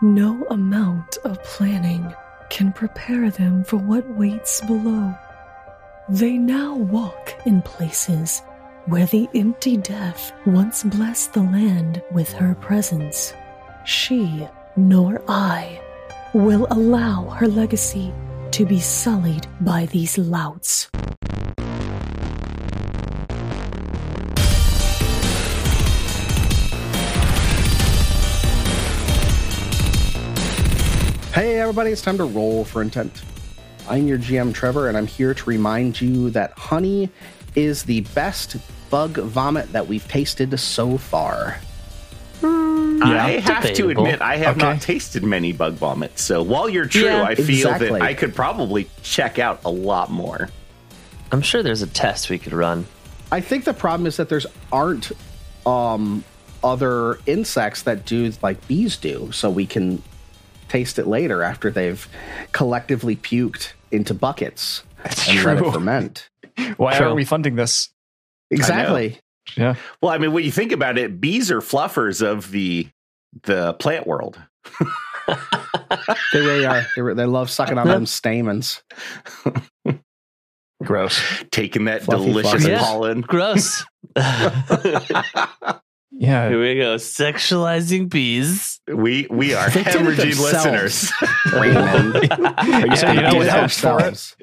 No amount of planning can prepare them for what waits below. They now walk in places where the empty death once blessed the land with her presence. She, nor I, will allow her legacy to be sullied by these louts. Hey, everybody, it's time to roll for intent. I'm your GM, Trevor, and I'm here to remind you that honey is the best bug vomit that we've tasted so far. I Yeah, have to debatable. admit, I have Okay. not tasted many bug vomits. So while you're true, Yeah. I feel Exactly. that I could probably check out a lot more. I'm sure there's a test we could run. I think the problem is that there's aren't um, other insects that do like bees do, so we can taste it later after they've collectively puked into buckets That's and let it true. ferment. Why True. aren't we funding this? Exactly. Yeah. Well, I mean, when you think about it, bees are fluffers of the the plant world. They really are. They, re- they love sucking on them stamens. Gross. taking that Fluffy delicious fuckers. Yeah. pollen. Gross. Yeah. Here we go. Sexualizing bees. We we are They did it hemorrhaging themselves. listeners. Raymond. Are you saying They you know did what it helps for it? themselves,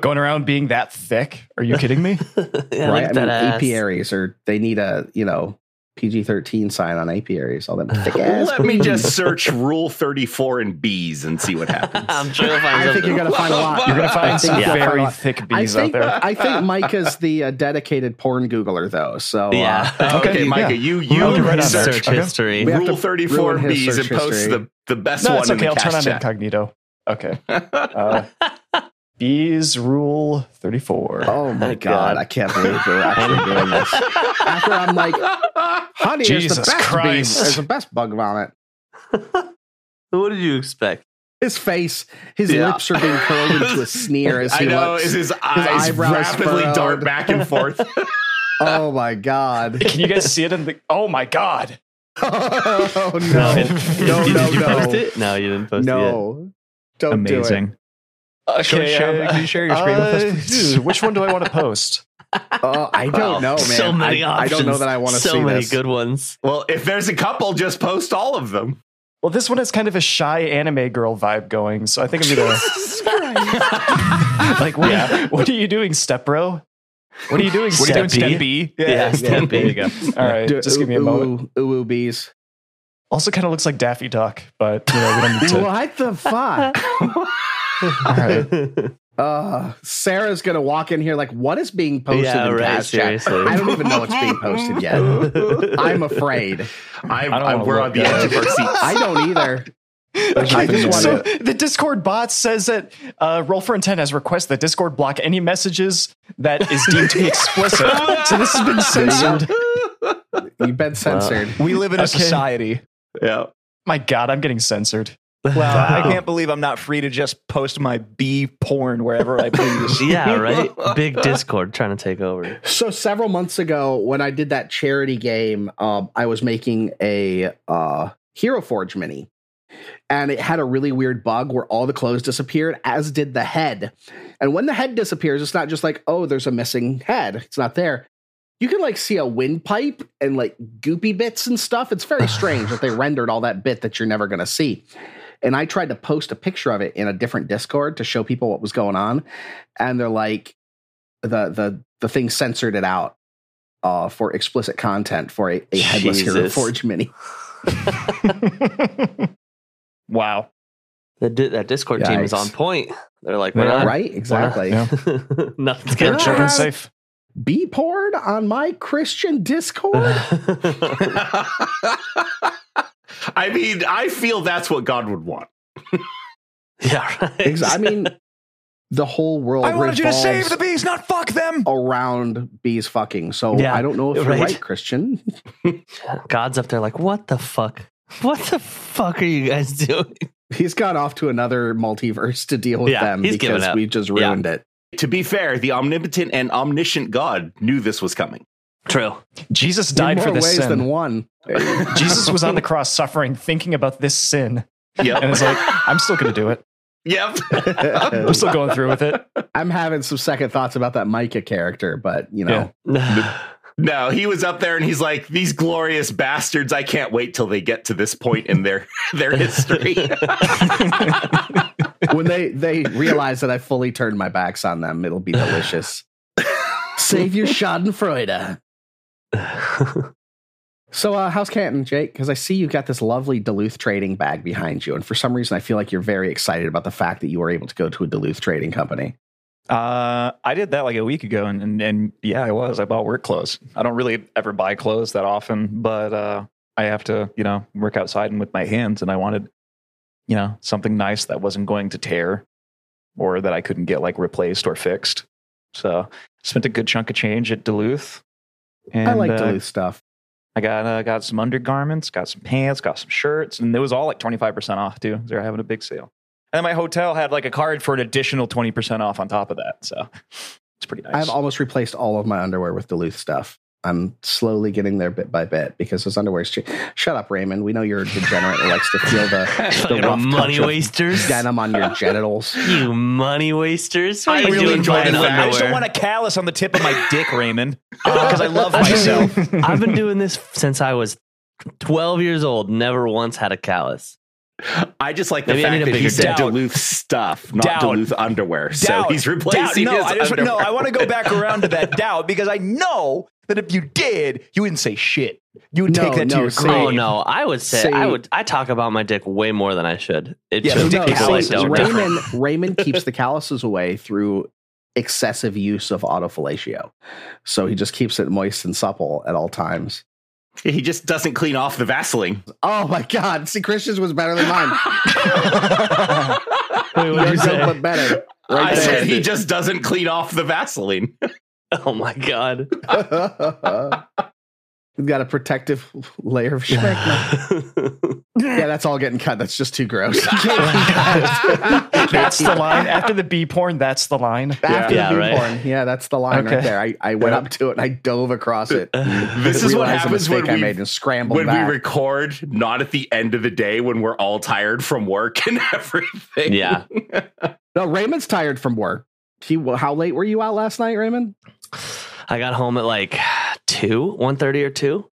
Going around being that thick? Are you kidding me? Yeah, right? look I at mean, that ass. apiaries are they need a you know PG thirteen sign on apiaries. All them thick ass. Let me just search Rule Thirty Four and bees and see what happens. I'm sure you'll find I think you're something. gonna find a lot. You're gonna I find think some you'll find a very lot. thick I bees out think there. I think Mike is the uh, dedicated porn Googler though. So uh, Yeah. okay, Okay, Micah, yeah. you I'll you do right on research Search Okay. history. We have to Rule Thirty Four ruin his bees and search post history. the the best No, one it's okay. in I'll the turn on cast chat. incognito. Okay. Uh, bees rule 34. Oh my Thank god. God. I can't believe we're actually doing this. After I'm like, honey, Jesus it's the best Christ. Bees, it's the best bug vomit. What did you expect? His face, his Yeah. lips are being curled into a sneer as I he know looks. is his eyes eyebrows rapidly dart furrowed. back and forth. oh my god. Can you guys see it in the. Oh my God. oh no. No, No, did no, you no. post it? No, you didn't post it. Yet. No. Don't do Amazing. Okay. Sean, uh, can you share your screen with us, uh, please? dude, which one do I want to post? it. Oh, I don't Wow, know, man. So many I, options. I don't know that I want to so see many this. good ones. well, if there's a couple, just post all of them. Well, this one has kind of a shy anime girl vibe going, so I think I'm gonna like, what, what are you doing, Step Bro? What are you doing, What are you doing, Step Step B? Yeah, step There B. you go. All right, Do- just give me a ooh, moment. Ooh, ooh, ooh, bees. Also, kind of looks like Daffy Duck, but you know, we don't need to. What the fuck? All right, Uh, Sarah's gonna walk in here like, what is being posted Yeah, in right, cast chat? seriously. I don't even know what's being posted yet. I'm afraid. I, I don't I- wanna we're look, on the edge of our seats. I don't either. I just so want to. the Discord bot says that uh, roll for intent has requested that Discord block any messages that is deemed to be explicit. so this has been censored. You've been censored. We live in a Okay. society. Yeah. My God, I'm getting censored. Well, I can't believe I'm not free to just post my bee porn wherever I please. yeah, right. Big Discord trying to take over. So several months ago, when I did that charity game, um, I was making a uh, Hero Forge mini, and it had a really weird bug where all the clothes disappeared, as did the head. And when the head disappears, it's not just like oh, there's a missing head; it's not there. You can like see a windpipe and like goopy bits and stuff. It's very strange that they rendered all that bit that you're never going to see. And I tried to post a picture of it in a different Discord to show people what was going on, and they're like, the the the thing censored it out uh, for explicit content for a, a headless hero Jesus. forge mini. Wow. The di- that Discord team is Yikes. on point. They're like, They we're are, not right? Exactly. Yeah. Nothing's Keep our gonna children change. safe. Be poured on my Christian Discord. I mean, I feel that's what God would want. yeah, right. Ex- I mean, the whole world I wanted you to save revolves the bees, not fuck them. Oh, around bees fucking. So Yeah, I don't know if you're right. right, Christian. God's up there like, what the fuck? What the fuck are you guys doing? He's gone off to another multiverse to deal with Yeah, them he's given because up. we've just Yeah. ruined it. To be fair, the omnipotent and omniscient God knew this was coming. True. Jesus In died more for this ways sin. than one. Jesus was on the cross suffering, thinking about this sin. And Yep. it's like, I'm still going to do it. yep. I'm still going through with it. I'm having some second thoughts about that Micah character, but you know, Yeah. No, he was up there and he's like, these glorious bastards, I can't wait till they get to this point in their their history. when they they realize that I fully turned my backs on them, it'll be delicious. Save your Schadenfreude. So, uh, how's Canton, Jake? Because I see you've got this lovely Duluth trading bag behind you, and for some reason, I feel like you're very excited about the fact that you were able to go to a Duluth trading company. Uh, I did that like a week ago, and, and and yeah, I was. I bought work clothes. I don't really ever buy clothes that often, but uh, I have to, you know, work outside and with my hands, and I wanted, you know, something nice that wasn't going to tear, or that I couldn't get like replaced or fixed. So spent a good chunk of change at Duluth. And, I like uh, Duluth stuff. I got uh, got some undergarments, got some pants, got some shirts, and it was all like twenty five percent off too. They were having a big sale, and then my hotel had like a card for an additional twenty percent off on top of that. So it's pretty nice. I've almost replaced all of my underwear with Duluth stuff. I'm slowly getting there bit by bit because those underwear's cheap. Shut up, Raymond. We know you're a degenerate who likes to feel the Fucking rough money touch of wasters. denim on your genitals. You money wasters. I What are you really doing enjoy buying the fact- I just don't underwear? want a callus on the tip of my dick, Raymond, because I love myself. I've been doing this since I was 12 years old. Never once had a callus. I just like the Maybe I need fact a that he bigger said doubt. Duluth stuff, not Doubt. Duluth underwear. So Doubt. he's replacing doubt. No, his I just, underwear. no, I want to go with- back around to that doubt because I know that if you did, you wouldn't say shit. You would No, take that no, to your see- grave. Oh no, I would say Say- I would. I talk about my dick way more than I should. It Yeah, should but be no, how I see, don't. different. Raymond, Raymond keeps the calluses away through excessive use of autofellatio. So he just keeps it moist and supple at all times. He just doesn't clean off the Vaseline. Oh my God. See, Christian's was better than mine. Wait, what'd Your you joke say? was better. I Right said there. he just doesn't clean off the Vaseline. Oh my god. We've got a protective layer of schmegma. yeah, that's all getting cut. That's just too gross. That's the line. After the B porn, that's the line. After Yeah, yeah, the right. newborn. Yeah, that's the line right Okay. there. I, I went up to it and I dove across it. This is what Realized the happens when mistake I we- made and scrambled when back. we record, not at the end of the day when we're all tired from work and everything. yeah. No, Raymond's tired from work. He, how late were you out last night, Raymond? I got home at like two, 1.30 or two.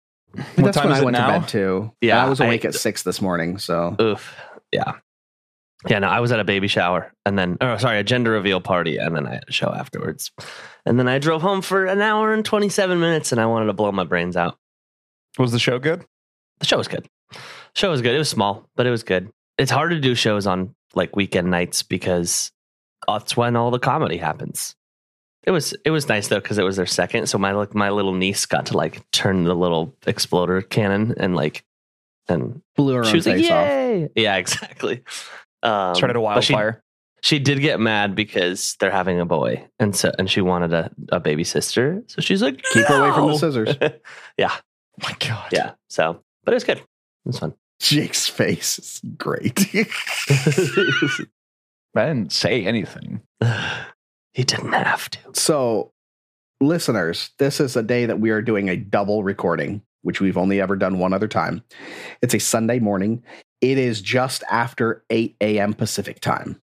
That's time when is I it went to now? bed too. Yeah, And I was I- Uh, awake at six this morning. So Oof. Yeah. Yeah, no, I was at a baby shower and then, oh, sorry, a gender reveal party. And then I had a show afterwards. And then I drove home for an hour and 27 minutes and I wanted to blow my brains out. Was the show good? The show was good. show was good. It was small, but it was good. It's hard to do shows on like weekend nights because that's when all the comedy happens. It was it was nice though because it was their second, so my like my little niece got to like turn the little exploder cannon and like and blew her she own was like face off. yay yeah exactly. Um, Started a but she- wildfire. she did get mad because they're having a boy, and so and she wanted a, a baby sister. So she's like, Keep her away from the "No!" scissors. my God. yeah. So, but it was good. It was fun. Jake's face is great. I didn't say anything. he didn't have to. so, listeners, this is a day that we are doing a double recording, which we've only ever done one other time. It's a Sunday morning. It is just after 8 a.m. Pacific time.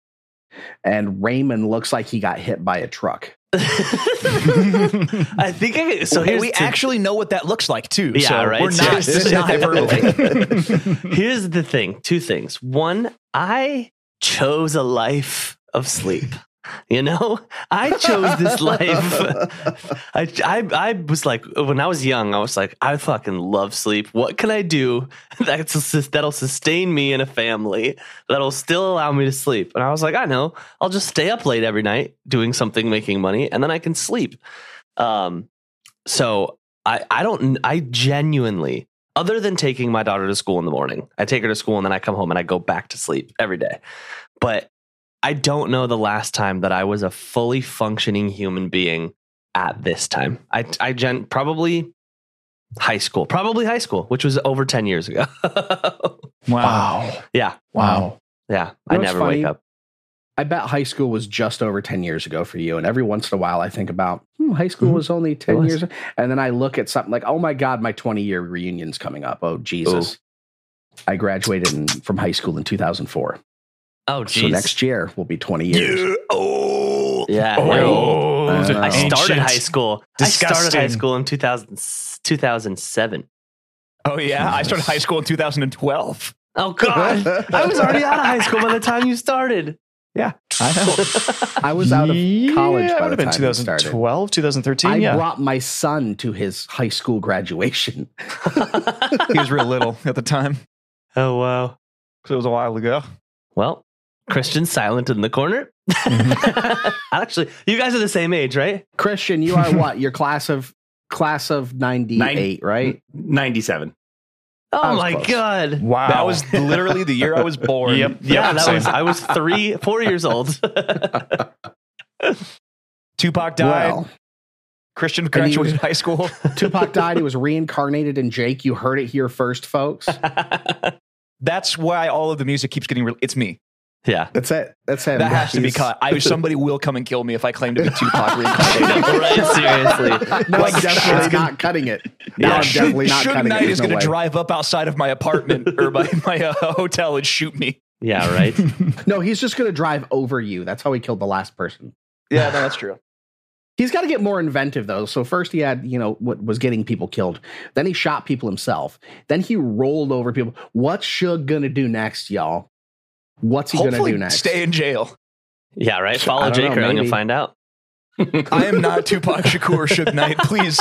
And Raymond looks like he got hit by a truck. I think I, so. Hey, Here's, we to- actually know what that looks like too. Yeah, so right. We're not. this is not hyperbole. here's the thing. Two things. One, I chose a life of sleep. You know, I chose this life. I, I I was like when I was young, I was like, I fucking love sleep. What can I do that's sus- that'll sustain me and a family that'll still allow me to sleep? And I was like, I know, I'll just stay up late every night doing something, making money, and then I can sleep. Um, so I I don't I genuinely other than taking my daughter to school in the morning, I take her to school and then I come home and I go back to sleep every day. But I don't know the last time that I was a fully functioning human being at this time. I, I gen, probably high school, probably high school, which was over 10 years ago. Wow. yeah. Wow. You Yeah. know I what's never funny? wake up. I bet high school was just over 10 years ago for you. And every once in a while, I think about hmm, high school Mhm. was only 10 was. years. And then I look at something like, oh my God, my 20 year reunion's coming up. Oh, Jesus. I graduated in, from high school in 2004. Oh, So jeez. next year will be 20 years. Oh, yeah. Oh, I the know. I started ancient- high school. I started high disgusting. school in 2000, 2007. Oh yeah, I started high school in 2012. Oh God, I was already out of high school by the time you started. Yeah, I know. I was out of college Yeah, it by would the have been time it started. 2012, 2013. I yeah. brought my son to his high school graduation. he was real little at the time Oh wow. because it was a while ago. Well, Christian's silent in the corner. Actually, you guys are the same age, right? Christian, you are what? Your class of class of 98, right? 97. Oh was my close. God. wow. That was literally the year I was born. Yep. Yeah, that same. was I was three, four years old. Tupac died. Well, Christian he was- graduated high school. Tupac died. He was reincarnated in Jake. You heard it here first, folks. That's why all of the music keeps getting. Re- it's me. yeah. That's it. That's him. That has to be He's- cut. I somebody will come and kill me if I claim to be Tupac I reincarnated. know, right? Seriously. No, Like, I'm definitely Shug- not cutting it. No, Yeah, I'm Shug- definitely not Shug cutting Knight it. is There's no going way. to drive up outside of my apartment or my, my uh, hotel and shoot me. Yeah, right. No, he's just going to drive over you. That's how he killed the last person. Yeah, no, that's true. He's got to get more inventive though. So first he had, you know, what was getting people killed. Then he shot people himself. Then he rolled over people. What's Shug going to do next, y'all? What's he going to Hopefully, do next? stay in jail. Yeah, right. Follow don't Jake know, around, maybe. you'll find out. I am not Tupac Shakur or Suge Knight. Please,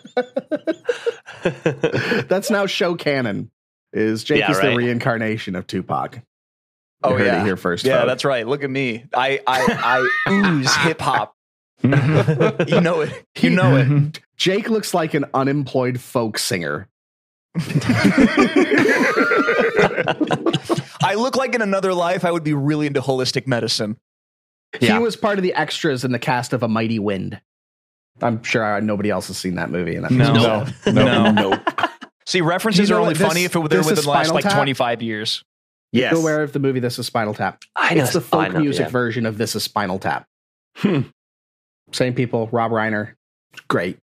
That's now show canon. Is Jake Yeah, is right. the reincarnation of Tupac? You Oh, heard yeah. it here first. yeah, folks. that's right. Look at me. I I, I ooze hip hop. You know it. You know it. Jake looks like an unemployed folk singer. I look like in another life I would be really into holistic medicine. Yeah. He was part of the extras in the cast of A Mighty Wind. I'm sure uh, nobody else has seen that movie. And that No. No. No. no. See, references You know are only what? This- funny if it, they're this within is the last Spinal like Tap? 25 years. Yes. You're aware of the movie This is Spinal Tap. I know It's the I folk know, music yeah. version of This is Spinal Tap. Hmm. Same people, Rob Reiner. Great.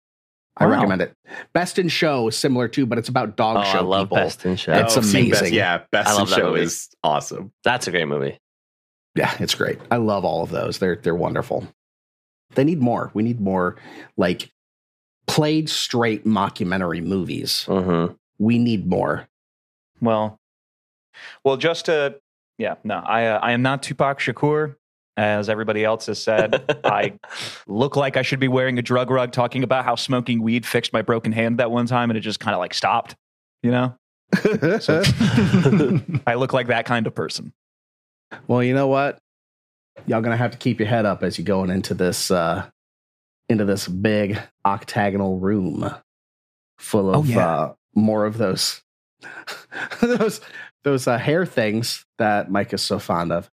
I Wow. recommend it. Best in Show is similar too, but it's about dog Oh, show I love people. Best in Show. It's Oh, see, Best- amazing. yeah, I Best in love that Show movie. is awesome. That's a great movie. Yeah, it's great. I love all of those. They're they're wonderful. They need more. We need more like played straight mockumentary movies. Mm-hmm. We need more. Well, well, just to yeah, no, I uh, I am not Tupac Shakur, as everybody else has said. I look like I should be wearing a drug rug, talking about how smoking weed fixed my broken hand that one time, and it just kind of like stopped. You know, So- I look like that kind of person. well, you know what? Y'all gonna have to keep your head up as you're going into this uh into this big octagonal room full of Oh, yeah. uh more of those those those uh, hair things that Mike is so fond of.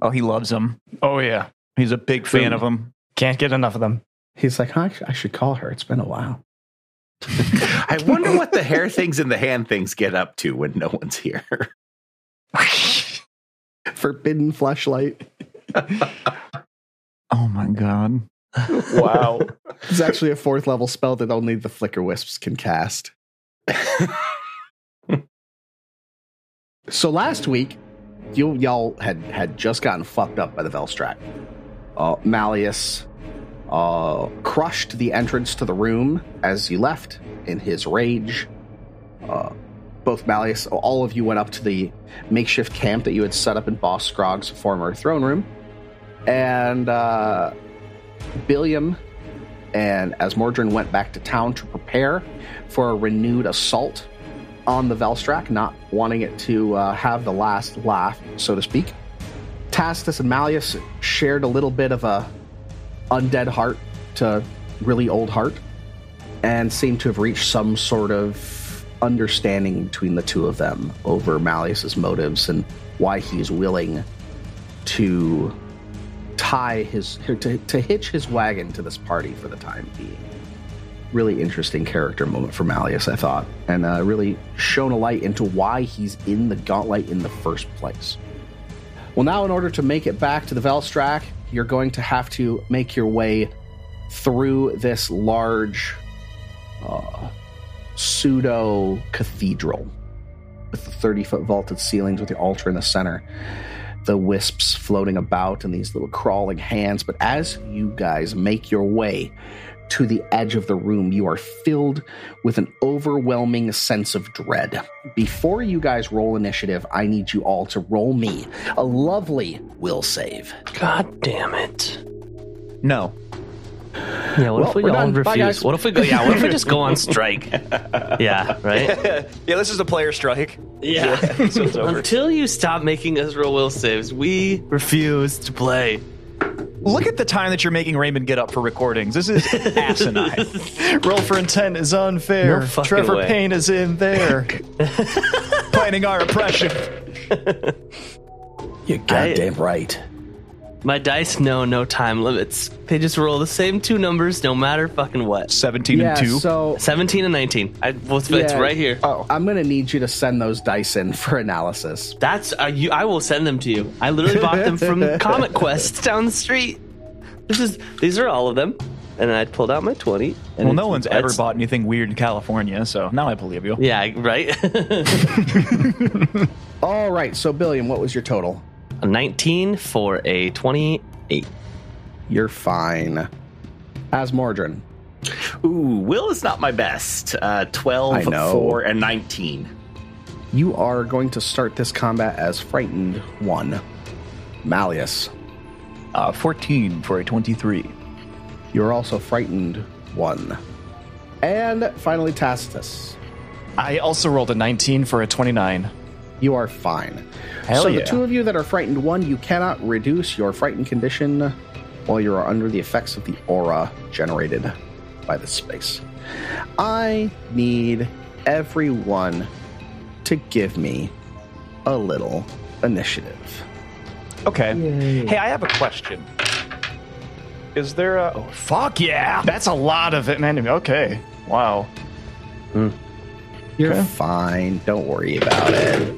Oh, he loves them. oh, yeah. He's a big fan of them. Can't get enough of them. He's like, huh, I sh- I should call her. It's been a while. I wonder what the hair things and the hand things get up to when no one's here. Forbidden flashlight. Oh my god. Wow. It's actually a fourth level spell that only the flicker wisps can cast. so last week, you y'all had had just gotten fucked up by the Velstrat. Uh, Malleus uh, crushed the entrance to the room as you left in his rage. Uh, both Malleus, all of you went up to the makeshift camp that you had set up in Boss Scrogg's former throne room, and uh, Billiam and as Mordrin went back to town to prepare for a renewed assault on the Velstrak, not wanting it to uh, have the last laugh, so to speak. Tacitus and Malleus shared a little bit of a undead heart to really old heart, and seemed to have reached some sort of understanding between the two of them over Malleus's motives and why he's willing to tie his to, to hitch his wagon to this party for the time being. Really interesting character moment for Malleus, I thought, and uh, really shone a light into why he's in the gauntlet in the first place. Well, now in order to make it back to the Velstrak, you're going to have to make your way through this large uh, pseudo cathedral with the 30 foot vaulted ceilings with the altar in the center, the wisps floating about and these little crawling hands. But as you guys make your way to the edge of the room, you are filled with an overwhelming sense of dread. Before you guys roll initiative, I need you all to roll me a lovely will save. God damn it. No. Yeah, what Well, if we we're all done. Bye, refuse? guys. what if we go yeah, what if we just go on strike? yeah, right? Yeah, this is a player strike. Yeah. So it's over. Until you stop making us roll will saves, we refuse to play. Look at the time that you're making Raymond get up for recordings. This is asinine. Roll for intent is unfair. No fucking Trevor way. Payne is in there. Planning our oppression. You're goddamn right. My dice know no time limits. They just roll the same two numbers no matter fucking what. 17 Yeah, and 2. so 17 and 19. I, well, it's it's Yeah. right here. Oh, I'm gonna need you to send those dice in for analysis. That's uh, you. I will send them to you. I literally bought them from Comic Quest down the street. This is these are all of them, and I pulled out my twenty. And well, it's- no one's ever it's- bought anything weird in California, so now I believe you. Yeah, I- right. All right, so Billiam, what was your total? a Nineteen for a twenty-eight. You're fine. As Mordrin, Ooh, Will is not my best. Uh, I 12, know. 4, and 19. you are going to start this combat as frightened one. Malleus, Uh, 14 for a 23. you're also frightened one. And finally, Tacitus, I also rolled a 19 for a 29. you are fine. Hell so yeah. the two of you that are frightened one, you cannot reduce your frightened condition while you are under the effects of the aura generated by the space. I need everyone to give me a little initiative. Okay. Hey, I have a question. Is there a. Oh, Fuck yeah! That's a lot of it, man. Okay. Wow. You're fine. Don't worry about it.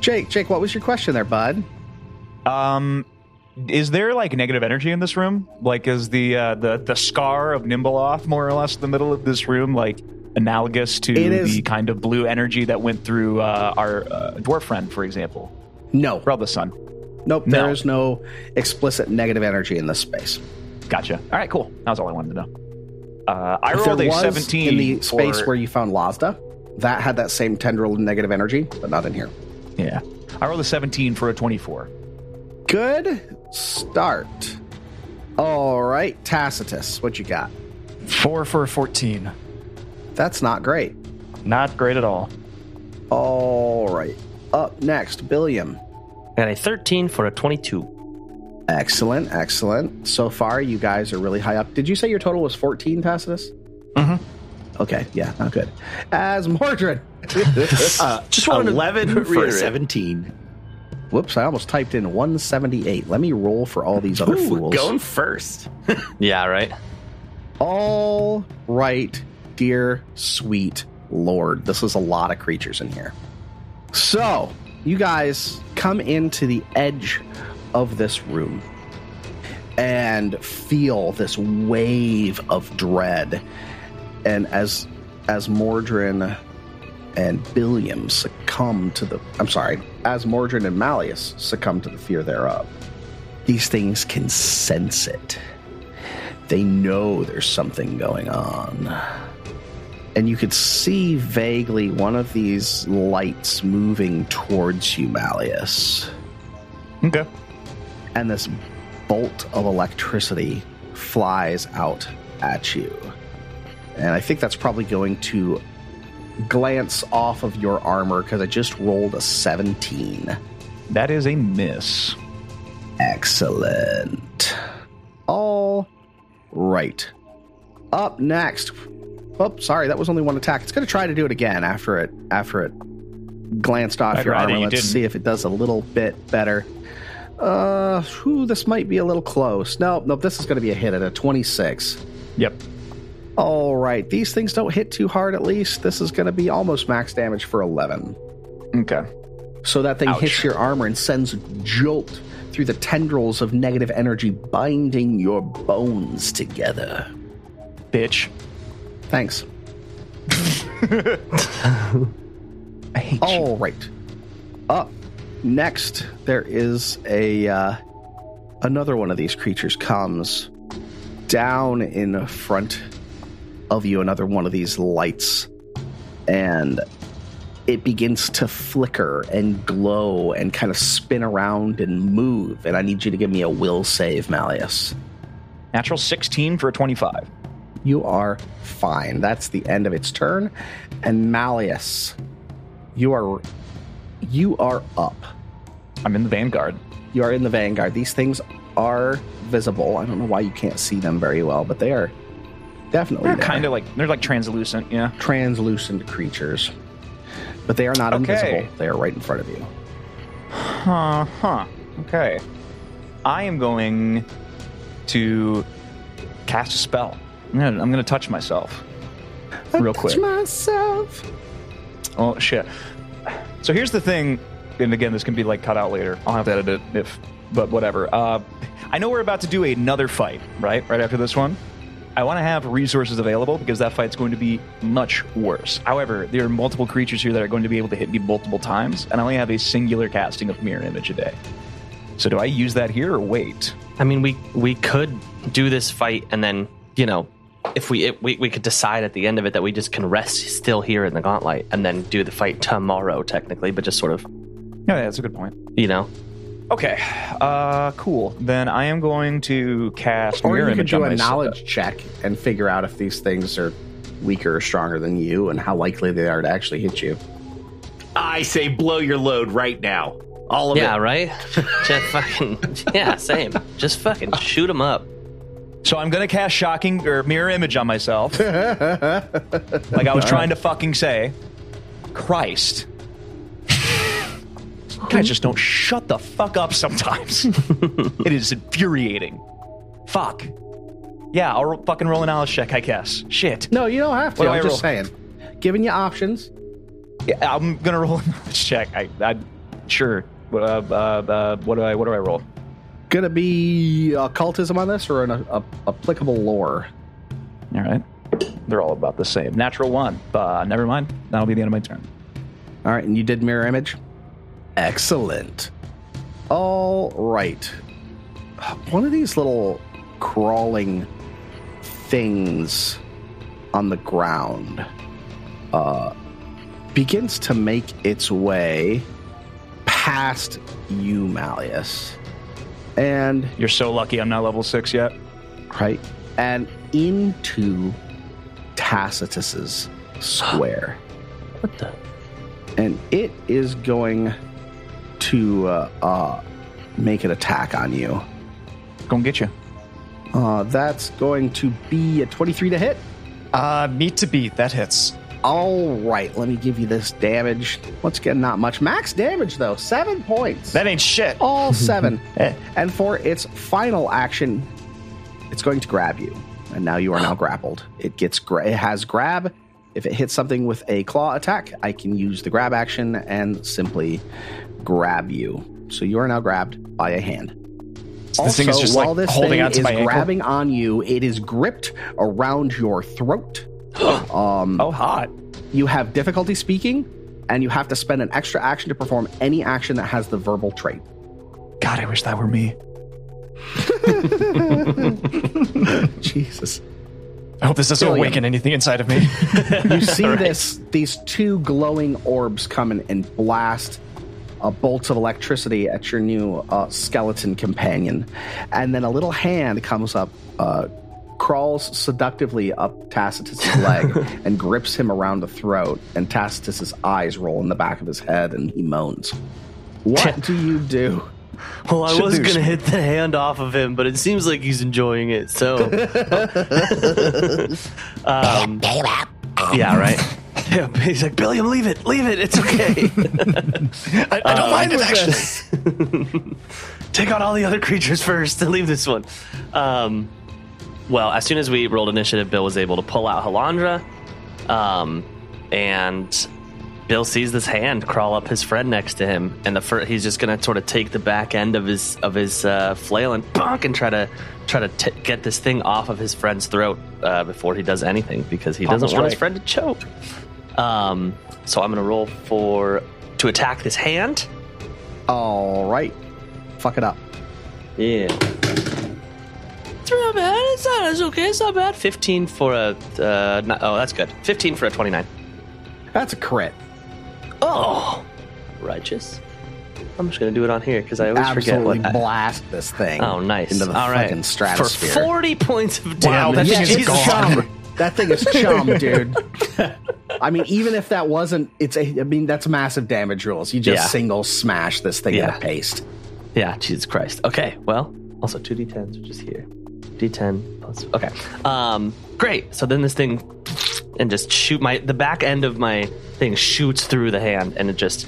Jake, Jake, what was your question there, bud? Um, is there like negative energy in this room? Like, is the uh, the the scar of Nimbleoff more or less the middle of this room like analogous to It is- the kind of blue energy that went through uh, our uh, dwarf friend, for example, No. Rub the Sun? Nope, there No. is no explicit negative energy in this space. Gotcha. All right, cool. That was all I wanted to know. Uh, I If rolled there a was seventeen in the for- space where you found Lazda. That had that same tendril of negative energy, but not in here. yeah, I rolled a seventeen for a twenty-four. Good start. All right, Tacitus, what you got? Four for a 14. That's not great. Not great at all. All right. Up next, Billiam. And a thirteen for a twenty-two. Excellent, excellent. So far, you guys are really high up. Did you say your total was 14, Tacitus? Mm-hmm. Okay, yeah, not good. As Mordred. Uh, Just wanted to 11 for a reiterate. 17. Whoops, I almost typed in 178. Let me roll for all these other Ooh, fools. going first. Yeah, right. All right, dear sweet lord. This is a lot of creatures in here. So, you guys come into the edge of this room and feel this wave of dread. And as as Mordrin and Billiam succumb to the I'm sorry, as Mordrin and Malleus succumb to the fear thereof, these things can sense it they know there's something going on. And you could see vaguely one of these lights moving towards you, Malleus. Okay. And this bolt of electricity flies out at you. And I think that's probably going to glance off of your armor because I just rolled a 17. That is a miss. Excellent. All right. Up next. Oh, sorry, that was only one attack. It's going to try to do it again after it after it glanced off I'd your rather armor. you Let's didn't. see if it does a little bit better. Uh, whew, this might be a little close. Nope, nope. This is going to be a hit at a twenty-six. Yep. All right, these things don't hit too hard. At least this is going to be almost max damage for eleven. Okay. So that thing hits your armor and sends a jolt through the tendrils of negative energy, binding your bones together. Bitch. Thanks. I hate you. All right. Up next, there is a uh, another one of these creatures comes down in front of you. Another one of these lights, and it begins to flicker and glow and kind of spin around and move. And I need you to give me a will save, Malleus. Natural 16 for a 25. You are fine. That's the end of its turn. And Malleus, you are you are up. I'm in the vanguard. You are in the vanguard. These things are visible. I don't know why you can't see them very well, but they are definitely They're kind of like they're like translucent. Yeah. translucent creatures. But they are not Okay. invisible. They are right in front of you. Huh. Huh. Okay. I am going to cast a spell. I'm gonna, I'm gonna touch myself Uh, real quick. myself. Oh shit. So here's the thing, and again, this can be like cut out later. I'll have to edit it if, but whatever. Uh, I know we're about to do another fight, right? Right after this one. I want to have resources available because that fight's going to be much worse. However, there are multiple creatures here that are going to be able to hit me multiple times, and I only have a singular casting of Mirror Image a day. So do I use that here or wait? I mean, we we could do this fight, and then you know, if we if we we could decide at the end of it that we just can rest still here in the gauntlet, and then do the fight tomorrow, technically, but just sort of Oh, Yeah, that's a good point. you know. Okay, uh, cool. Then I am going to cast Or Mirror you can Image do on a myself. knowledge check and figure out if these things are weaker or stronger than you and how likely they are to actually hit you. I say blow your load right now. All of Yeah, it. right. just fucking yeah, same. Just fucking shoot them up. So I'm gonna cast shocking or mirror image on myself. like I was trying to fucking say. Christ. Guys just don't shut the fuck up sometimes. it is infuriating. Fuck. Yeah, I'll ro- fucking roll an knowledge check, I guess. Shit. No, you don't have to. What do I I'm just roll? saying. Giving you options. Yeah, I'm gonna roll a knowledge check. I, I sure. Uh, uh, uh, what do I? What do I roll? Gonna be occultism on this or an a, applicable lore? All right. They're all about the same. Natural one. Uh, never mind. That'll be the end of my turn. All right, and you did mirror image. Excellent. All right. One of these little crawling things on the ground uh, begins to make its way past you, Malleus. And You're so lucky. I'm not level six yet. right? And into Tacitus's square. What the? And it is going to uh, uh, make an attack on you. Gonna get you. Uh, that's going to be a 23 to hit. Uh, meat to beat. That hits. All right, let me give you this damage. Once again, not much. Max damage, though, seven points. That ain't shit. all seven. Eh. and for its final action, it's going to grab you. And now you are now grappled. It gets gra- it has grab. If it hits something with a claw attack, I can use the grab action and simply grab you. So you are now grabbed by a hand. this thing is just, like, while this holding thing onto is my ankle? grabbing on you, it is gripped around your throat. um, Oh, hot. you have difficulty speaking, and you have to spend an extra action to perform any action that has the verbal trait. God, I wish that were me. Jesus. I hope this doesn't Killian. awaken anything inside of me. You see this these two glowing orbs come in and blast a bolt of electricity at your new uh, skeleton companion, and then a little hand comes up, uh, crawls seductively up Tacitus's leg and grips him around the throat, and Tacitus's eyes roll in the back of his head, and he moans. What do you do? Well, I was do gonna some- hit the hand off of him, but it seems like he's enjoying it. So, um, yeah, right. Yeah, he's like Billiam, leave it, leave it. It's okay. I, I don't mind it Uh, actually. Take out all the other creatures first and leave this one. Um, well, as soon as we rolled initiative, Bill was able to pull out Halandra. Um, and Bill sees this hand crawl up his friend next to him, and the fir- he's just gonna sort of take the back end of his of his uh, flail and bonk and try to try to t- get this thing off of his friend's throat uh, before he does anything because he Palm doesn't want his strike. friend to choke. Um, so I'm gonna roll for to attack this hand. All right. Fuck it up. Yeah. It's not bad. It's not. It's okay. It's not bad. Fifteen for a. Uh, not, oh, that's good. Fifteen for a twenty-nine. That's a crit. Oh, righteous. I'm just gonna do it on here because I always Absolutely forget what. blast this thing. oh, nice. Into the All right. fucking stratosphere. For forty points of Wow, damage. that thing is it's gone. chum. That thing is chum, dude. I mean, even if that wasn't, it's a. I mean, that's massive damage rules. You just Yeah. single smash this thing Yeah. into paste. Yeah, Jesus Christ. Okay, well, also two d10s, which is here. D10 plus. Okay. Um, great. So then this thing, and just shoot my the back end of my thing shoots through the hand, and it just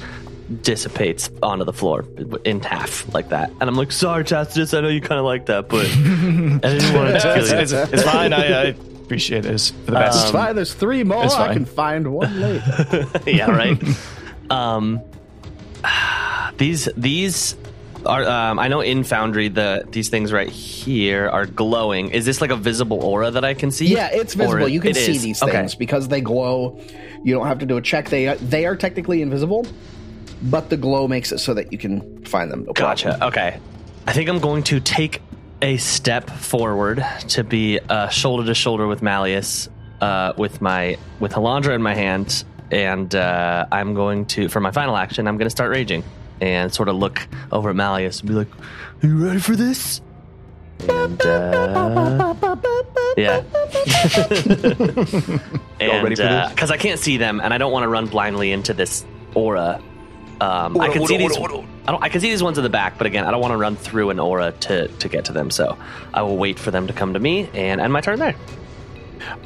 dissipates onto the floor in half like that. And I'm like, sorry, Tacitus, I know you kind of like that, but I didn't want to it's, kill you. it's, it's fine. I, I appreciate it. It's for the It's best. Um, fine. There's three more. it's I fine. can find one later. yeah, right. um, these these are. Um, I know in Foundry the these things right here are glowing. Is this like a visible aura that I can see? yeah, it's visible. Or you can it see is? these Okay. things because they glow. You don't have to do a check. They they are technically invisible, but the glow makes it so that you can find them. No problem. Gotcha. Okay. I think I'm going to take a step forward to be uh, shoulder to shoulder with Malleus, uh, with my with Halandra in my hand, and uh, I'm going to for my final action. I'm going to start raging and sort of look over at Malleus and be like, "Are you ready for this?" And uh, yeah, and ready for this? because I can't see them, and I don't want to run blindly into this aura. Um, I can see these. I, don't, I can see these ones in the back, but again, I don't want to run through an aura to, to get to them. So I will wait for them to come to me and end my turn there.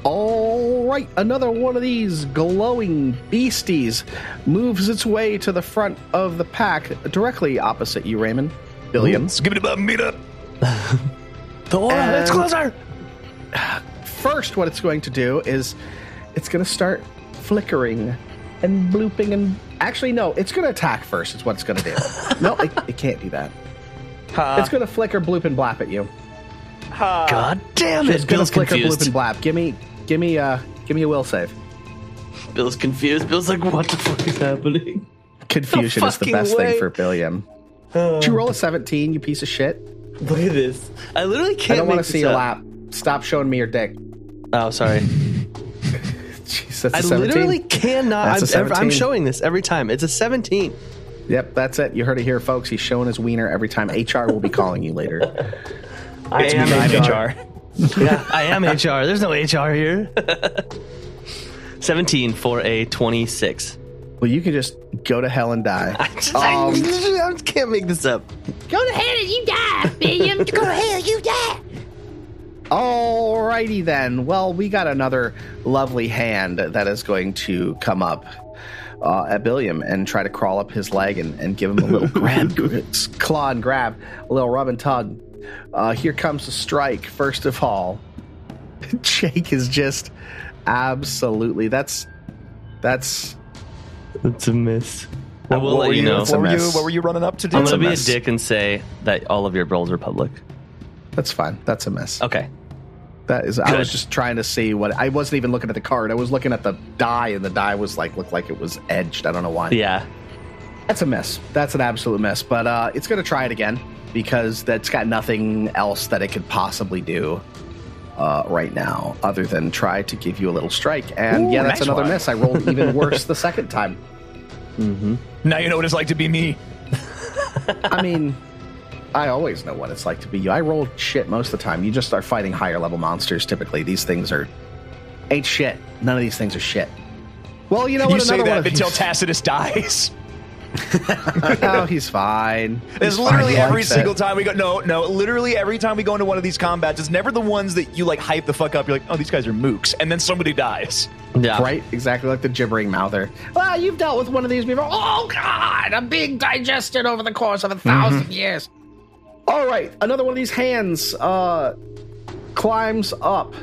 All right, another one of these glowing beasties moves its way to the front of the pack, directly opposite you, Raymond. Billions. So give it about meet up. The aura, And- it's closer. First, what it's going to do is it's going to start flickering and blooping and actually no, it's going to attack first. It's what it's going to do. no, it, it can't do that. It's going to flicker, bloop, and blap at you. God damn It's it! going Bill's to flicker, bloop, confused. and blap. Give me, give me, uh, give me a will save. Bill's confused. Bill's like, what the fuck is happening? Confusion is the fucking best way. Uh. thing for Billiam. Did you roll a 17, you piece of shit? Look at this. I literally can't. I don't want make to see this your up. lap. Stop showing me your dick. Oh, sorry. Jeez, that's a I 17. literally cannot. I'm, That's a ev- I'm 17. showing this every time. It's a 17. Yep, that's it. You heard it here, folks. He's showing his wiener every time. HR will be calling you later. I It's am me, HR. HR. Yeah, I am HR. There's no HR here. 17 for a 26. Well, you can just go to hell and die. I, just, I- I can't make this up. Go to hell and you die, William. Go to hell, you die. Alrighty then. Well, we got another lovely hand that is going to come up uh, at Billiam and try to crawl up his leg and, and give him a little grab, claw and grab, a little rub and tug. Uh, here comes the strike, first of all. Jake is just absolutely. That's. That's. It's a miss. I will What let were you know. It's What a were you? mess. What were you running up to do? I'm going to be a miss. dick and say that all of your rolls are public. That's fine. That's a miss. Okay. That is. I was Good. just trying to see what. I wasn't even looking at the card. I was looking at the die, and the die was like looked like it was edged. I don't know why. Yeah. That's a miss. That's an absolute miss. But uh, it's going to try it again because that's got nothing else that it could possibly do uh, right now other than try to give you a little strike. And Ooh, yeah, that's nice another one. miss. I rolled even worse the second time. Now you know what it's like to be me. I mean, I always know what it's like to be you. I roll shit most of the time. You just are fighting higher level monsters typically. These things are ain't shit. None of these things are shit. Well, you know what? You say Another one that of until these- Tacitus dies. oh, he's fine. There's He's fine. literally He every likes it. single time we go. No, no. Literally every time we go into one of these combats, it's never the ones that you like hype the fuck up. You're like, oh, these guys are mooks, and then somebody dies. Uh, Yeah. Right? Exactly like the gibbering mouther. Well, you've dealt with one of these before. Oh, God, I'm being digested over the course of a Mm-hmm. 1000 years. All right, another one of these hands uh, climbs up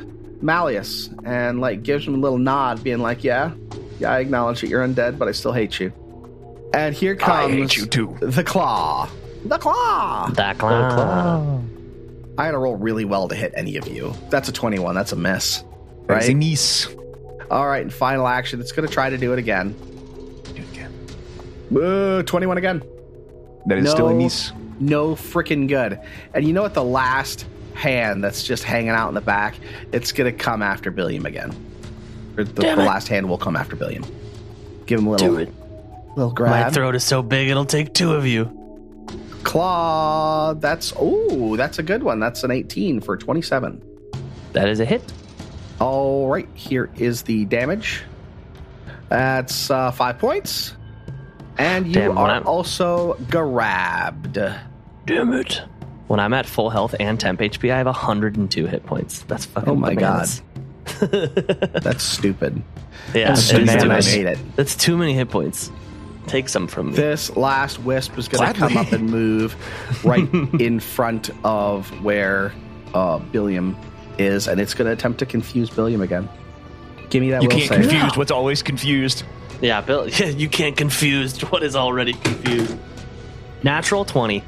Malleus and, like, gives him a little nod, being like, yeah, yeah, I acknowledge that you're undead, but I still hate you. And here I comes hate you too. the claw. The claw! That claw. I had to roll really well to hit any of you. That's a 21. That's a miss. That's Right? a niece. All right, and final action. It's going to try to do it again. Uh, 21 again. That is No. still a miss. No freaking good. And you know what? The last hand that's just hanging out in the back, it's going to come after Billiam again. Or the, the last hand will come after Billiam. Give him a little, little My grab. throat is so big it'll take two of you. Claw. That's, oh, that's a good one. That's an 18 for 27. That is a hit. All right, here is the damage. That's uh, five points. And you Damn, are when I'm- also grabbed. Damn it. When I'm at full health and temp HP, I have 102 hit points. That's fucking Oh my bananas. That's stupid. Yeah, That's it is Damn, I bananas. too hate many. it. That's too many hit points. Take some from me. This last wisp is going to come up and move right in front of where uh, Billiam is, and it's going to attempt to confuse Billiam again. Give me that You will can't save. confuse what's always confused. Yeah, Bill. Yeah, you can't confuse what is already confused. Natural 20.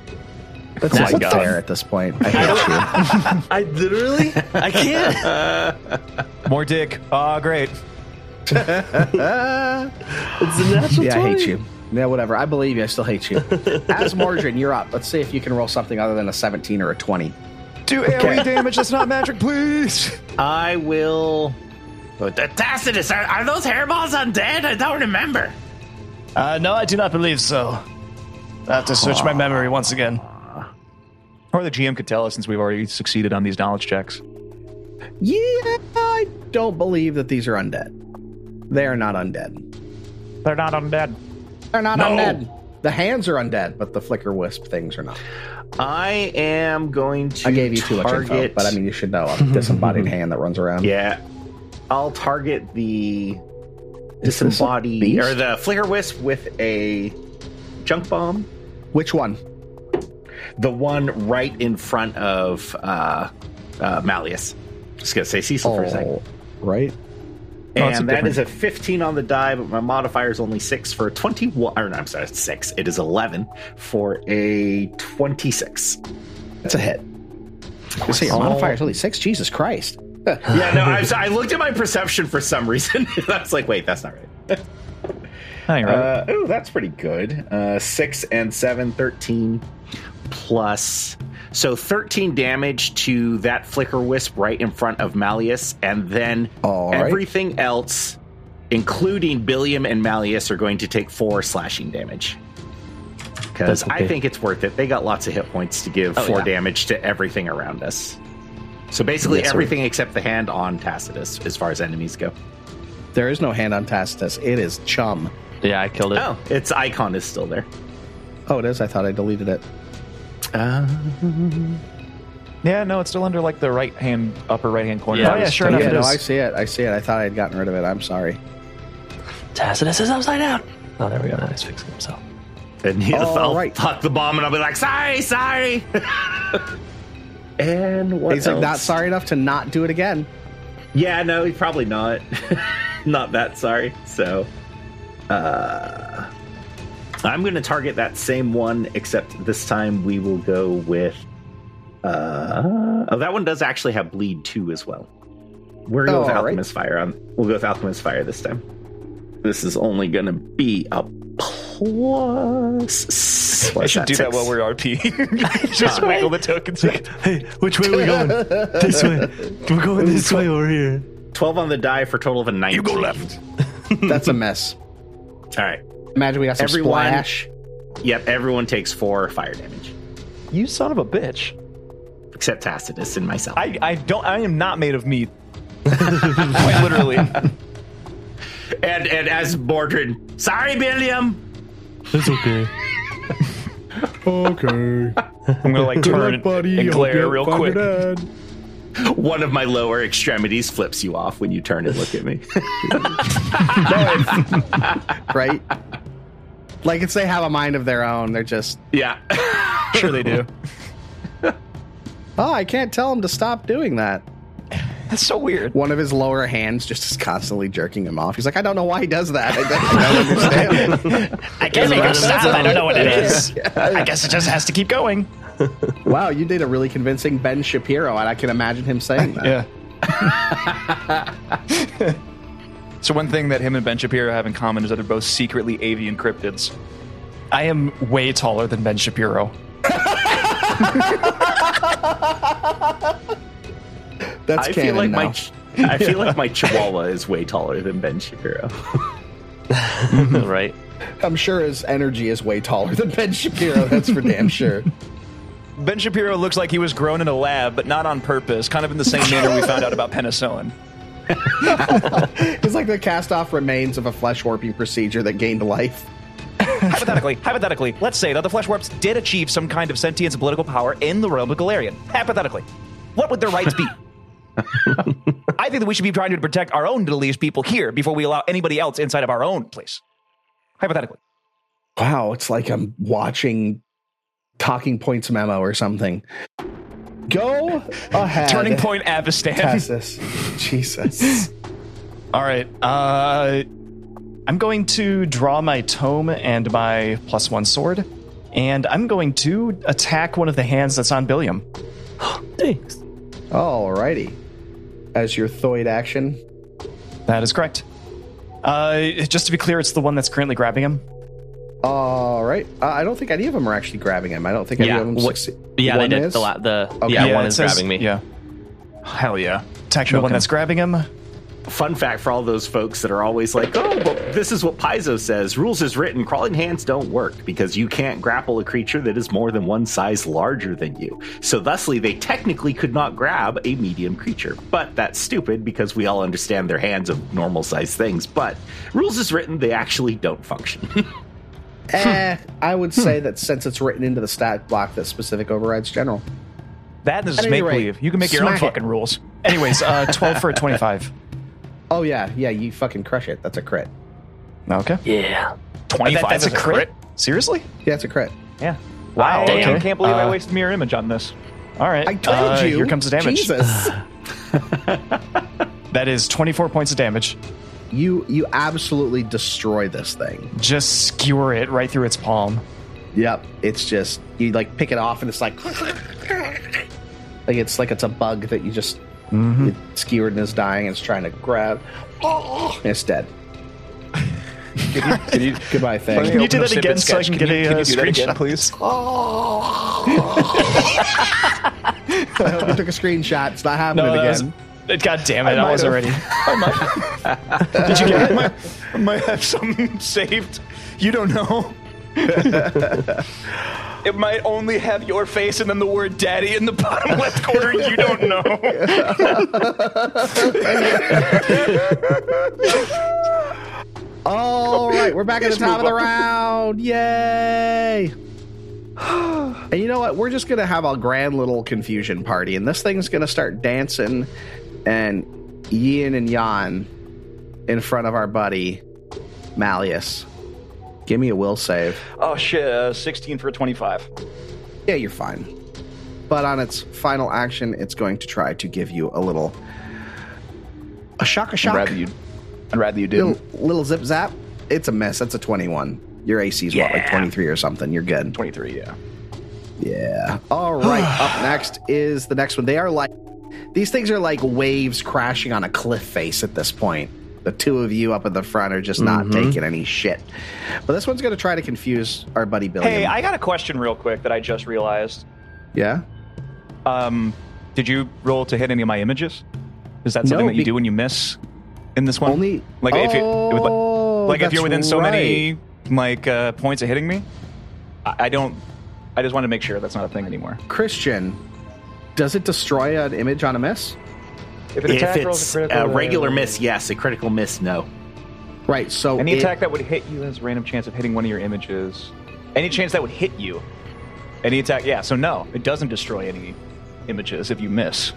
That's Oh my not God. fair at this point. I hate you. I literally, I can't. More dick. Ah, great. It's a natural Yeah, 20. I hate you. Yeah, whatever. I believe you. I still hate you. As Margarine, you're up. Let's see if you can roll something other than a 17 or a 20. Do AoE damage that's not magic, please. I will. Oh, But the Tacitus, are, are those hairballs undead? I don't remember. Uh, no, I do not believe so. I have to search my memory once again. Or the GM could tell us since we've already succeeded on these knowledge checks. Yeah, I don't believe that these are undead. They are not undead. They're not undead. They're not undead. The hands are undead, but the flicker wisp things are not. I am going to. I gave you too much target, info, but I mean, you should know a disembodied hand that runs around. yeah, I'll target the Is this a disembodied beast? or the flicker wisp with a junk bomb. Which one? The one right in front of uh, uh, Malleus. Just gonna say Cecil for a second. Oh. right. it's a And that different- is a 15 on the die, but my modifier is only 6 for a 21. Or no, I'm sorry, it's 6. It is 11 for a 26. That's a hit. You say your modifier is only six? Jesus Christ. Yeah, no, I, I looked at my perception for some reason. I was like, wait, that's not right. Oh, you're right. Uh, oh, that's pretty good. Uh, 6 and 7, 13 plus. So 13 damage to that flicker wisp right in front of Malleus, and then All right. everything else, including Billiam and Malleus, are going to take 4 slashing damage. Because That's okay. I think it's worth it. They got lots of hit points to give 4 yeah. damage to everything around us. So basically, Yes, sir. everything except the hand on Tacitus, as far as enemies go. There is no hand on Tacitus. It is chum. Yeah, I killed it. Oh, its icon is still there. Oh, it is. I thought I deleted it. yeah, no, it's still under like the right hand, upper right hand corner. Yeah. I Oh, yeah, was sure thinking enough, yeah, it no, is. I see it. I see it. I thought I had gotten rid of it. I'm sorry. Tacitus is upside down. Oh, there we go. Now he's fixing himself. And he'll All I'll right. fuck the bomb, and I'll be like, "Sorry, sorry." and what He's like not sorry enough to not do it again. Yeah, no, he's probably not. not that sorry. So, uh, I'm going to target that same one, except this time we will go with. Uh, oh, that one does actually have bleed too as well. We're going Oh, to go with all right. Alchemist Fire. On, we'll go with Alchemist Fire this time. This is only going to be a plus. I should do that while we're RP. Just wiggle the tokens. Hey, which way are we going? this way. We're going this way over here. 12 on the die for a total of a 19. You go left. That's a mess. All right. Imagine we got some Everyone- splash. Yep, everyone takes four fire damage, You son of a bitch. except Tacitus and myself. I, I don't. I am not made of meat. Quite literally. and and as Mordred, sorry, Billiam. It's okay. I'm gonna like turn and glare real quick. One of my lower extremities flips you off when you turn and look at me. right? Like it's they have a mind of their own. They're just, yeah. Sure they do. oh, I can't tell him to stop doing that. That's so weird. One of his lower hands just is constantly jerking him off. He's like, I don't know why he does that. I don't understand. I can't make it stop. I don't know what it is. I guess it just has to keep going. wow, you did a really convincing Ben Shapiro, and I can imagine him saying that. Yeah. So one thing that him and Ben Shapiro have in common is that they're both secretly avian cryptids. I am way taller than Ben Shapiro. That's canon I feel like now. my ch- I feel like my chihuahua is way taller than Ben Shapiro. right? I'm sure his energy is way taller than Ben Shapiro. That's for damn sure. Ben Shapiro looks like he was grown in a lab, but not on purpose. Kind of in the same manner we found out about penicillin. He's like the cast off remains of a flesh warping procedure that gained life. Hypothetically, hypothetically, let's say that the flesh warps did achieve some kind of sentience and political power in the realm of Galarian. Hypothetically, what would their rights be? I think that we should be trying to protect our own Middle East people here before we allow anybody else inside of our own place. Hypothetically. Wow, it's like I'm watching Talking Points memo or something. Go ahead. Turning point Avistan. Jesus. Jesus. All right. Uh, I'm going to draw my tome and my plus one sword, and I'm going to attack one of the hands that's on Billiam. Thanks. Alrighty. As your Thoid action. That is correct. Uh, just to be clear, it's the one that's currently grabbing him. All right. Uh, I don't think any of them are actually grabbing him. I don't think any Yeah, of them what- succeed. Yeah, One they did. is? The, la- the Okay. yeah, Yeah, one it is says- grabbing me. Yeah. Hell yeah. Attack the one that's grabbing him. Fun fact for all those folks that are always like, "Oh, but this is what Paizo says. Rules is written. Crawling hands don't work because you can't grapple a creature that is more than one size larger than you. So, thusly, they technically could not grab a medium creature. But that's stupid because we all understand their hands of normal sized things. But rules is written. They actually don't function. Eh, Hmm. I would say that since it's written into the stat block that specific overrides general. That is At just any make rate, believe. You can make your own smack it. fucking rules. Anyways, uh, 12 for a 25. Oh yeah, yeah, you fucking crush it. That's a crit. Okay. Yeah. 25 that's is a crit? Seriously? Yeah, it's a crit. Yeah. Wow. Damn. I can't believe I Uh, wasted mirror image on this. All right. I told Uh, you. Here comes the damage. Jesus. That is 24 points of damage. you you absolutely destroy this thing. Just skewer it right through its palm. Yep. It's just you like pick it off and it's like like it's like it's a bug that you just Mm-hmm. mm skewered and is dying and it's trying to grab. and it's dead. Goodbye, thing. Can you do that again so I can get a, uh, screenshot? please? I hope you took a screenshot. It's not happening that again. was- God damn it, I, was have. already. Did you get it? Might, might have some saved. You don't know. it might only have your face and then the word daddy in the bottom left corner. You don't know. All right, we're back at the top of the round. Yay! And you know what? We're just going to have a grand little confusion party, and this thing's going to start dancing and yin and yan in front of our buddy Malleus. Give me a will save. Oh, shit. Uh, 16 for 25. Yeah, you're fine. But on its final action, it's going to try to give you a little a shock, a shock, I'd rather you little, little zip zap. It's a miss. That's a twenty-one. Your AC's what, like twenty-three or something. You're good. 23, yeah. Yeah. All right. up next is the next one. They are like these things are like waves crashing on a cliff face at this point. The two of you up at the front are just not Mm-hmm. taking any shit. But this one's going to try to confuse our buddy Billy. Hey, I got a question real quick that I just realized. yeah. Um, did you roll to hit any of my images? Is that No, something that you be- do when you miss in this one? Only like if you it would, like, Oh, like if that's you're within so right. many like uh, points of hitting me, I, I don't. I just want to make sure that's not a thing anymore. Christian, does it destroy an image on a miss? an if it's a regular miss, yes. A critical miss, no. Right. So any it- attack that would hit you has random chance of hitting one of your images. Any chance that would hit you. Any attack, yeah. So no, it doesn't destroy any images if you miss.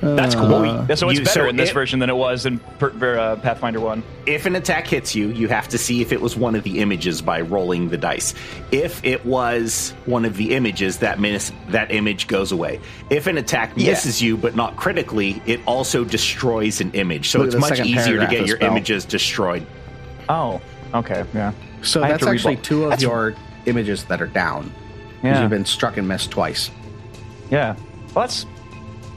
That's Uh, cool. That's so it's You- better so in this it- version than it was in per, per- uh, Pathfinder One. If an attack hits you, you have to see if it was one of the images by rolling the dice. If it was one of the images, that miss, that image goes away. If an attack Yeah. misses you but not critically, it also destroys an image. So Look at it's the much second easier to paragraph get of your spell. images destroyed. Oh, okay, yeah, so I have that's to actually reroll. two of your images that are down. 'cause yeah, You've been struck and missed twice. yeah. Well, that's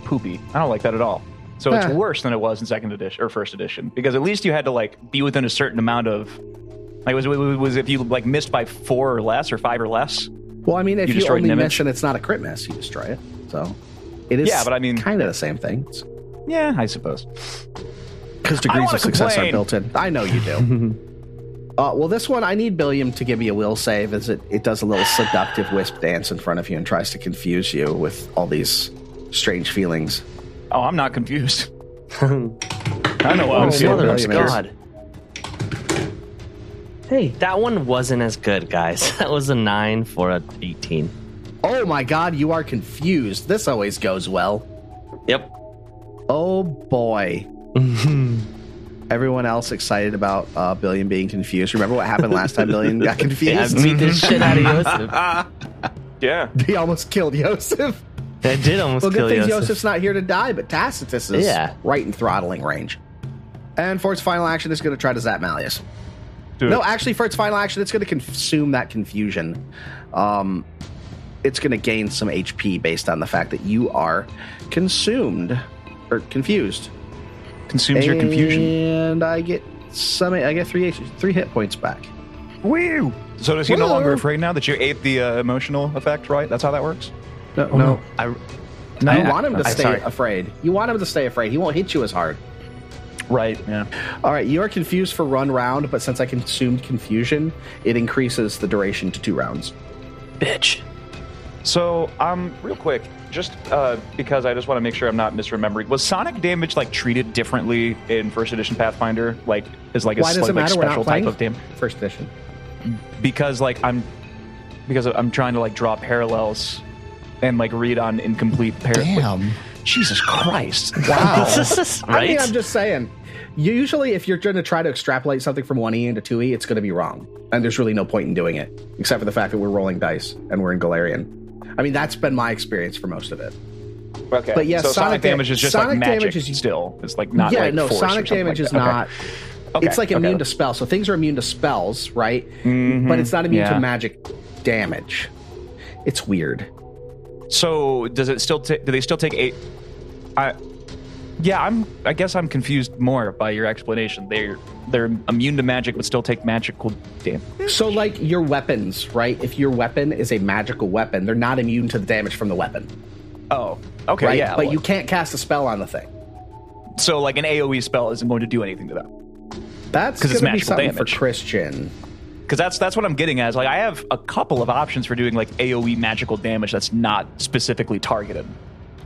poopy. I don't like that at all. So it's Huh. worse than it was in second edition or first edition because at least you had to like be within a certain amount of like was was, was if you like missed by four or less or five or less. Well, I mean, if You you, destroyed an only image? miss and it's not a crit miss, you destroy it. So it is. Yeah, but I mean- kind of the same thing Yeah, I suppose. because I degrees wanna of success complain. are built in. I know you do. uh, well, this one I need Billiam to give me a will save as it it does a little seductive wisp dance in front of you and tries to confuse you with all these strange feelings. Oh, I'm not confused. I know what I'm Oh, feeling. Mother of Billion is- God. Hey, that one wasn't as good, guys. That was a nine for a eighteen. Oh my God, you are confused. This always goes well. Yep. Oh boy. Everyone else excited about uh, Billion being confused. Remember what happened last time Billion got Yeah, confused? I beat the shit out of Yosef. I Yeah. he almost killed Yosef. did almost Well, good kill thing Yosef. Yosef's not here to die, but Tacitus is Yeah. right in throttling range. And for its final action, it's going to try to zap Malleus. Do No, it. actually, for its final action, it's going to consume that confusion. Um, it's going to gain some HP based on the fact that you are consumed or confused. Consumes your confusion. And I get some. I get three H- three hit points back. Woo! So does he no Woo! longer afraid now that you ate the uh, emotional effect, right? That's how that works? No, no. I, No, You want him to I- stay sorry. afraid. You want him to stay afraid. He won't hit you as hard. Right, yeah. All right, you are confused for run round, but since I consumed confusion, it increases the duration to two rounds. bitch. So, um, real quick, just uh, because I just want to make sure I'm not misremembering, was sonic damage like treated differently in first edition Pathfinder? Like, is like a Why does slight- it like, matter? We're special not playing type of damage? first edition. Because like I'm, because I'm trying to like draw parallels and like read on incomplete parallels. Damn. Jesus Christ! Wow. I right? mean, I'm just saying. You usually, if you're going to try to extrapolate something from one E into two E, it's going to be wrong, and there's really no point in doing it, except for the fact that we're rolling dice and we're in Galarian. I mean, that's been my experience for most of it. Okay, But yeah, so sonic sonic da- damage is just sonic like magic. damage is- still, it's like not yeah, like no, force or sonic something damage like is that. Okay. not. Okay, It's like okay. immune to spells, so things are immune to spells, right? But it's not immune Mm-hmm. yeah. to magic damage. It's weird. So does it still? take do they still take eight? I, yeah, I'm. I guess I'm confused more by your explanation. They're they're immune to magic, but still take magical damage. So, like your weapons, right? If your weapon is a magical weapon, they're not immune to the damage from the weapon, Oh, okay, right? yeah. but like- you can't cast a spell on the thing. so like an AOE spell isn't going to do anything to them That's 'Cause it's gonna be magical something damage. for Christian. because that's that's what I'm getting at. is, Like I have a couple of options for doing like AOE magical damage that's not specifically targeted.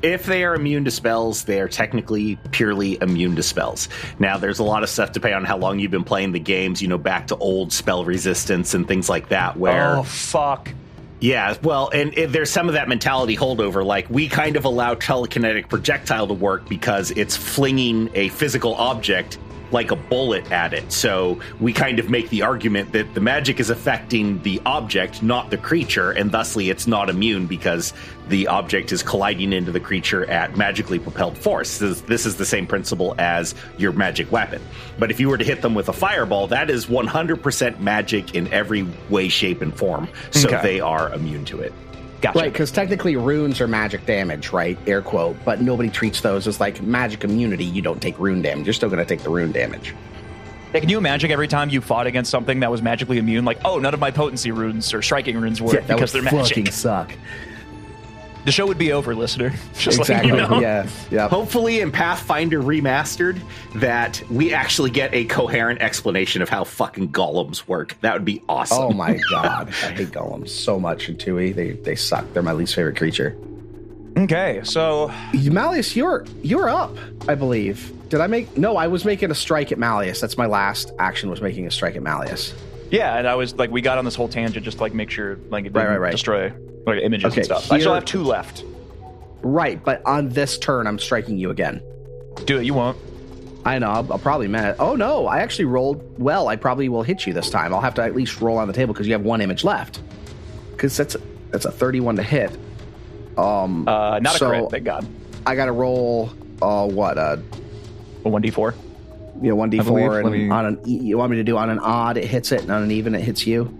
If they are immune to spells, they are technically purely immune to spells. Now, there's a lot of stuff depending on how long you've been playing the games, you know, back to old spell resistance and things like that, where. Oh fuck! Yeah, well, and it, there's some of that mentality holdover. Like, we kind of allow telekinetic projectile to work because it's flinging a physical object like a bullet at it. So we kind of make the argument that the magic is affecting the object, not the creature, and thusly it's not immune because the object is colliding into the creature at magically propelled force. This, this is the same principle as your magic weapon. But if you were to hit them with a fireball, that is 100% magic in every way, shape, and form. So Okay. they are immune to it. Gotcha. Right, because technically runes are magic damage, right? Air quote, but nobody treats those as like magic immunity. You don't take rune damage. You're still going to take the rune damage. Like, can you imagine every time you fought against something that was magically immune? Like, oh, none of my potency runes or striking runes work that because they're would magic. fucking suck. The show would be over, listener. Just exactly. like, you know. Yeah. Yeah. Hopefully, in Pathfinder Remastered, that we actually get a coherent explanation of how fucking golems work. That would be awesome. Oh my god, I hate golems so much in 2e. They they suck. They're my least favorite creature. Okay, so Malleus, you're you're up, I believe. Did I make No, I was making a strike at Malleus. That's my last action was making a strike at Malleus. yeah, and I was like, we got on this whole tangent just to like make sure like it didn't Right, right, right. destroy like images Okay, and stuff. I here- still have two left. Right, but on this turn I'm striking you again. Do it. You won't. I know, I'll, I'll probably miss. Oh no, I actually rolled well. I probably will hit you this time. I'll have to at least roll on the table because you have one image left. Cuz that's that's a 31 to hit. Um Uh, not So- a crit. Thank God. I got to roll uh what uh A one d four. you know, one d I believe. four, and Let me- on an e- you want me to do on an odd it hits it, and on an even it hits you.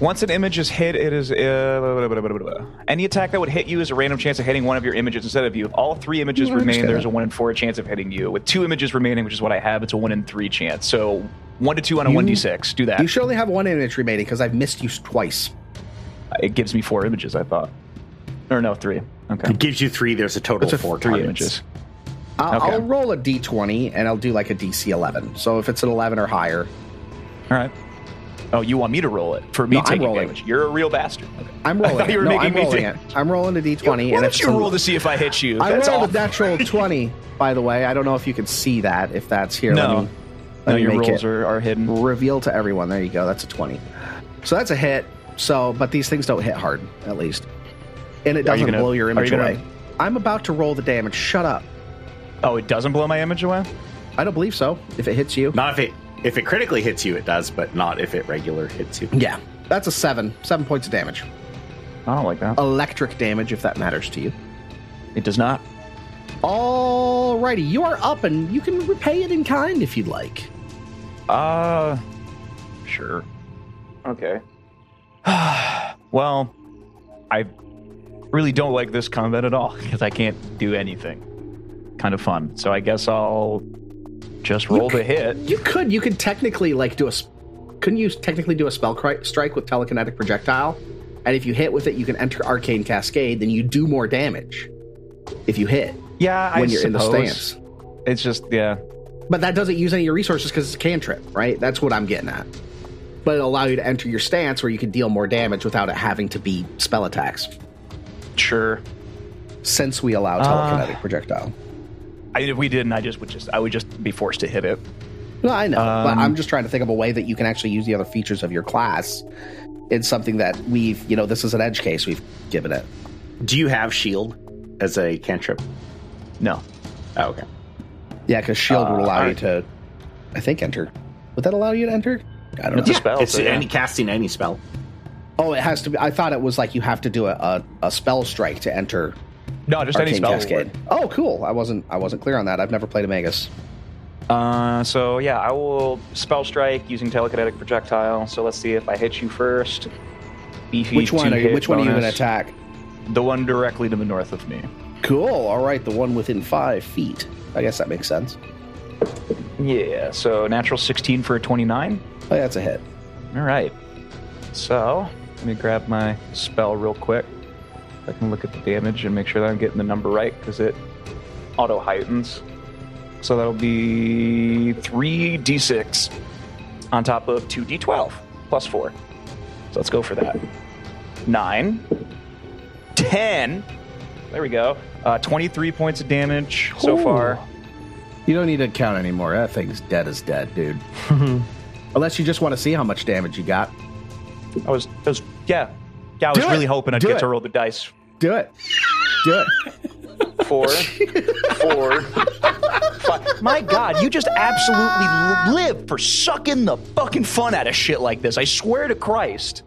Once an image is hit, it is. Uh, blah, blah, blah, blah, blah, blah. Any attack that would hit you is a random chance of hitting one of your images instead of you. If all three images remain, there's a one in four chance of hitting you. With two images remaining, which is what I have, it's a one in three chance. So one to two on a one d six. Do that. You should only have one image remaining because I've missed you twice. it gives me four images. I thought, or no, three. Okay, It gives you three. There's a total of four three targets. images. I'll, Okay. I'll roll a d20 and I'll do like a DC 11. So if it's an 11 or higher, All right. Oh, you want me to roll it for me No, I'm taking rolling. damage? You're a real bastard. Okay. I'm I rolling. thought it. you were No, making I'm me rolling do- it. I'm rolling a d20. Why and don't if you it's a- roll to see if I hit you? I That's rolled all. a natural 20, by the way. I don't know if you can see that, if that's here. No. Let me, let No, me your make it rolls are, are hidden. reveal to everyone. There you go. That's a 20. So that's a hit. So, but these things don't hit hard, at least. And it Are you doesn't gonna- blow your are image you gonna- away. I'm about to roll the damage. Shut up. Oh, it doesn't blow my image away. I don't believe so. If it hits you. Not if it if it critically hits you, it does, but not if it regular hits you. Yeah. That's a seven. Seven points of damage. I don't like that. Electric damage, if that matters to you. It does not. Alrighty, you are up and you can repay it in kind if you'd like. Uh, sure. Okay. well, I really don't like this combat at all because I can't do anything. Kind of fun. So I guess I'll just roll the hit. You could, you could technically like do a, s- couldn't you technically do a spell cri- strike with telekinetic projectile? And if you hit with it, you can enter arcane cascade. Then you do more damage if you hit Yeah, I when you're in the suppose. stance. It's just yeah. But that doesn't use any of your resources because it's a cantrip, right? That's what I'm getting at. But it'll allow you to enter your stance where you can deal more damage without it having to be spell attacks. Sure. Since we allow Ah. telekinetic projectile. I, if we didn't, I just would just I would just be forced to hit it. No, I know, but Um, I'm just trying to think of a way that you can actually use the other features of your class. It's something that we've, you know, this is an edge case we've given it. Do you have shield as a cantrip? No. Oh, okay. Yeah, because shield would Uh, allow you alright. to, I think, enter. Would that allow you to enter? I don't know. It's a spell. it's so yeah. any casting any spell. oh, it has to be. I thought it was like you have to do a, a, a spell strike to enter no, just any Arcane spell. Cascade. Oh, cool. I wasn't I wasn't clear on that. I've never played a Magus. Uh, so yeah, I will spell strike using telekinetic projectile. So let's see if I hit you first. Beefy Which one? Are you, two-hit which one are you going to bonus. attack? The one directly to the north of me. Cool. All right, the one within five feet. I guess that makes sense. Yeah. So natural sixteen for a twenty-nine. Oh, yeah, that's a hit. All right. So let me grab my spell real quick. I can look at the damage and make sure that I'm getting the number right because it auto heightens. So that'll be 3d6 on top of 2d12 plus 4. So let's go for that. 9, 10. There we go. Uh, 23 points of damage so Ooh. far. You don't need to count anymore. That thing's dead as dead, dude. Unless you just want to see how much damage you got. I was, I was yeah. Yeah, I was Do it. really hoping I'd Do get it. to roll the dice. Do it. Do it. four, four, five. My God, you just absolutely li- live for sucking the fucking fun out of shit like this. I swear to Christ.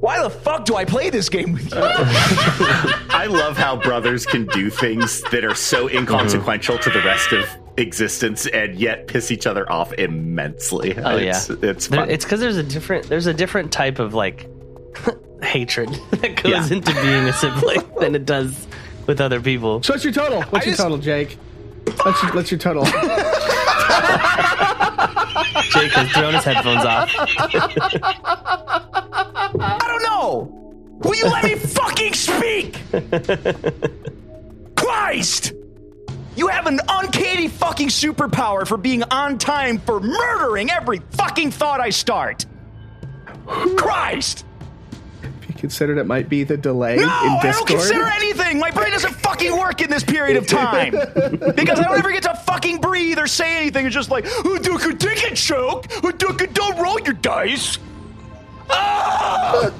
Why the fuck do I play this game with you? I love how brothers can do things that are so inconsequential to the rest of existence and yet piss each other off immensely. Oh, yeah. it's, it's There, fun. it's because there's a different there's a different type of like hatred that goes Yeah. into being a sibling than it does with other people. So what's your total? What's your just- total, Jake? What's your, what's your total? Jake has thrown his headphones off. I don't know. Will you let me fucking speak? Christ! You have an uncanny fucking superpower for being on time for murdering every fucking thought I start. Christ! you considered it might be the delay No, in I don't Discord. consider anything. My brain doesn't fucking work in this period of time because I don't ever get to fucking breathe or say anything. It's just like, "Oh, dude, you take a choke. Oh, dude, you don't roll your dice. Ah!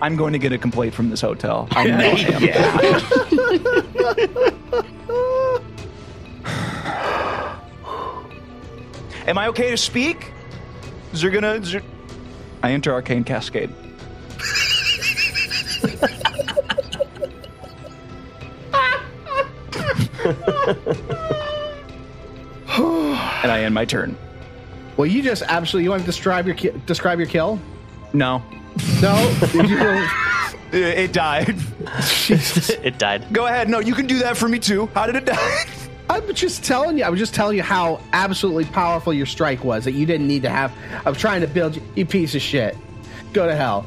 I'm going to get a complaint from this hotel. I know I am. Am I okay to speak? Is there gonna? Is there... I enter Arcane Cascade. and I end my turn. Well, you just absolutely. You want to describe your ki- describe your kill? No, No. You don't- it, it died. it died. Go ahead. No, you can do that for me too. How did it die? I'm just telling you. I was just telling you how absolutely powerful your strike was. That you didn't need to have. I'm trying to build you, you piece of shit. Go to hell.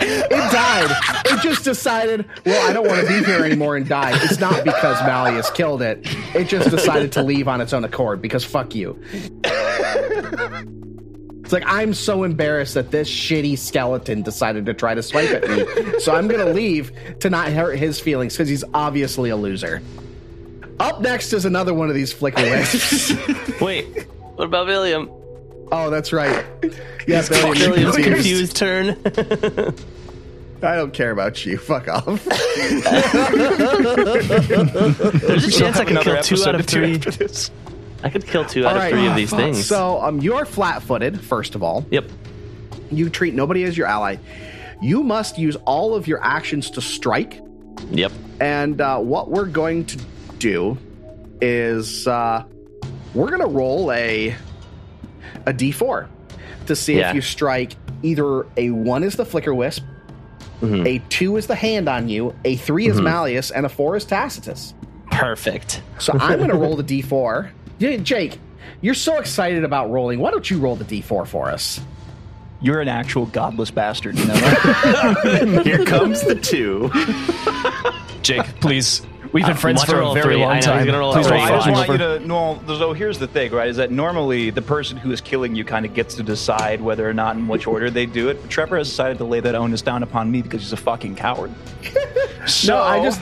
It died. It just decided. Well, I don't want to be here anymore and died. It's not because Malleus killed it. It just decided to leave on its own accord because fuck you. It's like I'm so embarrassed that this shitty skeleton decided to try to swipe at me. So I'm gonna leave to not hurt his feelings because he's obviously a loser. Up next is another one of these flicker lasers. Wait, what about William? oh, that's right. Yeah, Billy, William's confused turn. I don't care about you. Fuck off. There's a chance I Have could another kill two episode out of to do three. after this. I could kill two out of three of these things. So um, you're flat-footed. First of all, Yep. you treat nobody as your ally. You must use all of your actions to strike. Yep. And uh, what we're going to do is uh, we're going to roll a a d4 to see Yeah. if you strike either a one is the flicker wisp, Mhm. a two is the hand on you, a 3 is Malleus, and a four is Tacitus. Perfect. So I'm going to roll the d4. Yeah, Jake, you're so excited about rolling. Why don't you roll the d4 for us? You're an actual godless bastard. You know that? Here comes the two. Jake, please. We've been friends want to for a roll very three. Uh, I know, long he's time. gonna roll a Oh Please So three. roll I just five. want you to know. So here's the thing, right? Is that normally the person who is killing you kind of gets to decide whether or not in which order they do it. But Trevor has decided to lay that onus down upon me because he's a fucking coward. no, I just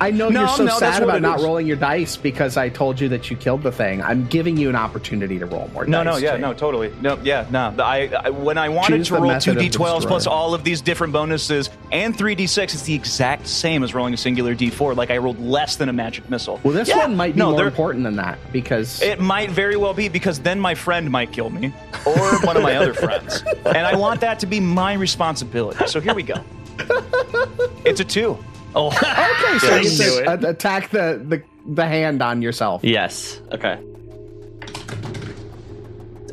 I know No, you're so no, that's sad what about it not is. rolling your dice because I told you that you killed the thing. I'm giving you an opportunity to roll more. No, dice, no, yeah, Jake. no, totally. No, yeah, no. The- I, I when I wanted Choose to the roll method of two the d12s plus destroyer. all of these different bonuses and three d6, it's the exact same as rolling a singular d4. Like I rolled less than a magic missile. Well, this Yeah, one might be no, more they're- important than that because It might very well be because then my friend might kill me or one of my other friends, and I want that to be my responsibility. So here we go. It's a two. Oh, okay, so you Yes. said Knew it. a- attack the, the the hand on yourself. yes. Okay.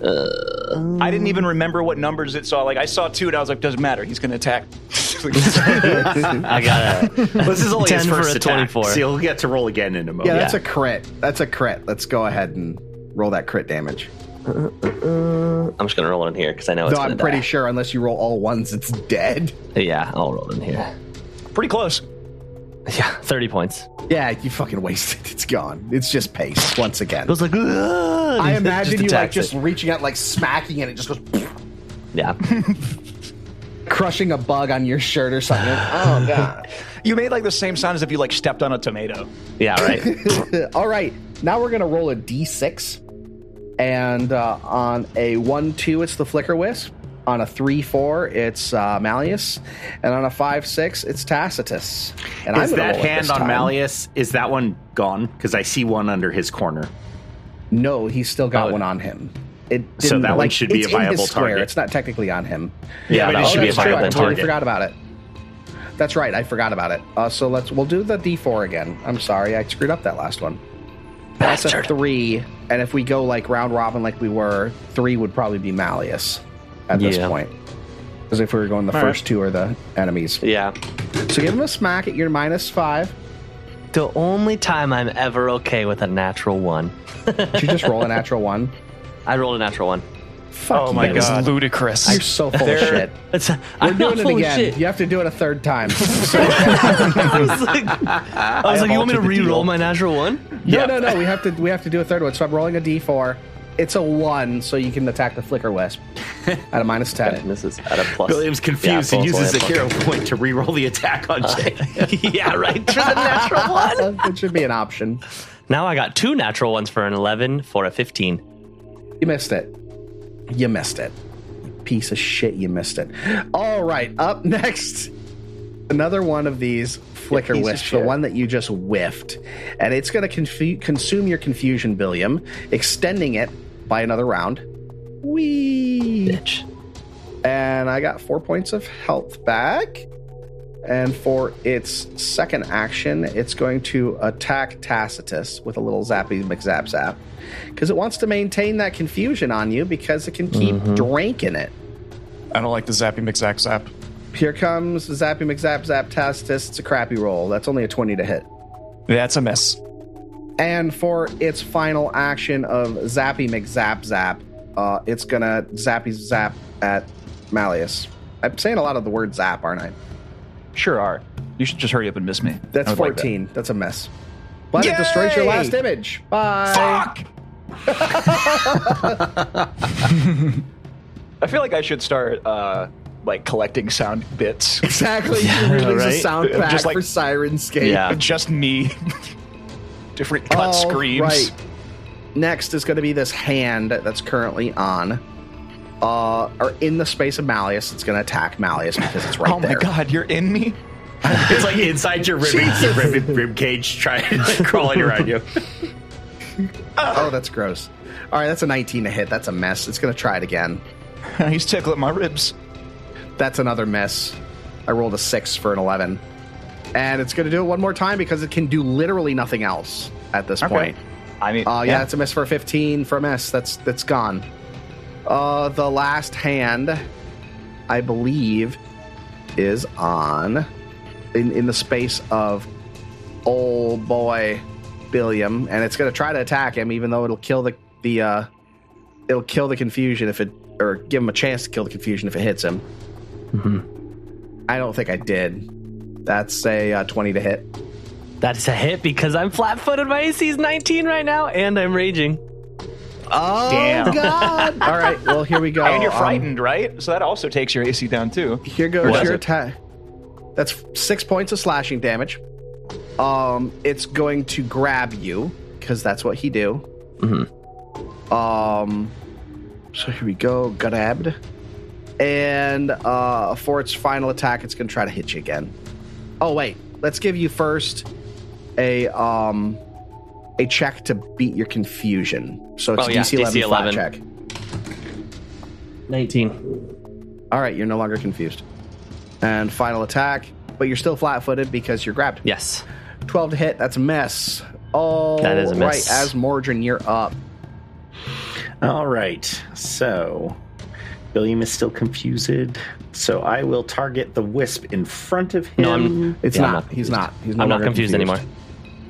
I didn't even remember what numbers it saw. Like I saw two, and I was like, doesn't matter. He's going to attack. I got it. This is only 10 his for first a attack, 24. so he'll get to roll again in a Yeah, moment. that's Yeah. a crit. That's a crit. Let's go ahead and roll that crit damage. I'm just gonna roll in here because I know it's Though gonna I'm pretty die. sure unless you roll all ones, it's dead. Yeah, I'll roll in here. Pretty close. Yeah, 30 points. Yeah, you fucking wasted. It. It's gone. It's just paste once again. It was like, "Ugh," I and it imagine you like attacks just it. reaching out, like smacking, and it just goes Yeah. crushing a bug on your shirt or something. oh god. You made like the same sound as if you like stepped on a tomato. Yeah, right. All right, now we're gonna roll a d6, and uh, on a one two, it's the flicker wisp. On a three four, it's uh, Malleus, and on a five six, it's Tacitus. And is gonna that roll it hand this on time. Malleus? Is that one gone? Because I see one under his corner. No, he's still got Oh. one on him. It So didn't- that one like, should be it's a in his viable square. target. It's not technically on him. Yeah, but that it should should be be a a that's true. I viable viable totally target. forgot about it. That's right. I forgot about it. Uh, so let's we'll do the d4 again. I'm sorry, I screwed up that last one. Bastard. That's a three, and if we go like round robin like we were, three would probably be Malleus at this Yeah. point. Because if we were going, the first two are the enemies. Yeah. So give him a smack at your minus five. The only time I'm ever okay with a natural one. Did you just roll a natural one? I rolled a natural one. Fuck Oh my you. It's God. ludicrous. You're so full of shit. It's, We're I'm not doing it full of again. shit. You have to do it a third time. I was like, I was like you want me to altered the re-roll deal. my natural one? No, no, no. We have to we have to do a third one. So I'm rolling a d4. It's a one, so you can attack the flicker wisp at a minus And ten. this is at a plus. William's confused Yeah, and uses plus a one, hero point to re-roll the attack on Jake. yeah, right. For the natural one. it should Uh, be an option. Now I got two natural ones for an 11 for a 15. You missed it. You missed it. Piece of shit. You missed it. All right. Up next, another one of these flicker piece of wisps. The shit. one that you just whiffed, and it's going to confu- consume your confusion, Billiam, extending it by another round. Wee. Bitch. and I got four points of health back. And for its second action, it's going to attack Tacitus with a little zappy McZap zap. Because it wants to maintain that confusion on you because it can keep drinking it. I don't like the zappy mczack zap. Here comes Zappy McZap Zap Tacitus. It's a crappy roll. That's only a 20 to hit. That's a miss. And for its final action of Zappy McZap Zap, uh, it's gonna Zappy Zap at Malleus. I'm saying a lot of the word zap, aren't I? Sure are. You should just hurry up and miss me. That's I would like that. 14. That's a mess. But it destroys your last image. Bye. I feel like I should start uh, like collecting sound bits. Exactly. You release a right? sound pack Just like- for Sirenscape. Yeah. just me. Different cut All screams. right. Next is going to be this hand that's currently on, uh, or in the space of Malleus. It's going to attack Malleus because it's right oh my there. god, you're in me? It's like inside your rib, your rib, rib cage, trying like, crawling around you. Oh, that's gross. All right, that's a 19 to hit. That's a mess. It's going to try it again. He's tickling my ribs. That's another miss. I rolled a six for an 11. And it's going to do it one more time because it can do literally nothing else at this point. I mean, Uh, yeah, that's a miss for a 15 for a miss. That's that's gone. Uh, the last hand, I believe, is on in in the space of old boy Billiam, and it's going to try to attack him, even though it'll kill the the uh, it'll kill the confusion if it or give him a chance to kill the confusion if it hits him. Mm-hmm. I don't think I did. That's a uh, 20 to hit. That's a hit because I'm flat footed. My AC is 19 right now, and I'm raging. Oh Damn. God! All right, well here we go. and you're Um, frightened, right? So that also takes your AC down too. Here goes What is your it? attack. That's six points of slashing damage. Um, it's going to grab you because that's what he do. Mm-hmm. Um, so here we go, grabbed, and uh, for its final attack, it's going to try to hit you again. Oh wait, let's give you first a um a check to beat your confusion. So it's Oh, a yeah, DC, 11, DC flat 11. check. 19. All right, you're no longer confused. And final attack, but you're still flat-footed because you're grabbed. Yes. 12 to hit. That's a mess. Oh, That is a miss. Right, as Mordrin, you're up. All right. So, Billiam is still confused. So, I will target the wisp in front of him. No, I'm- It's Yeah, I'm not. not He's confused. not. He's no I'm not longer confused, anymore.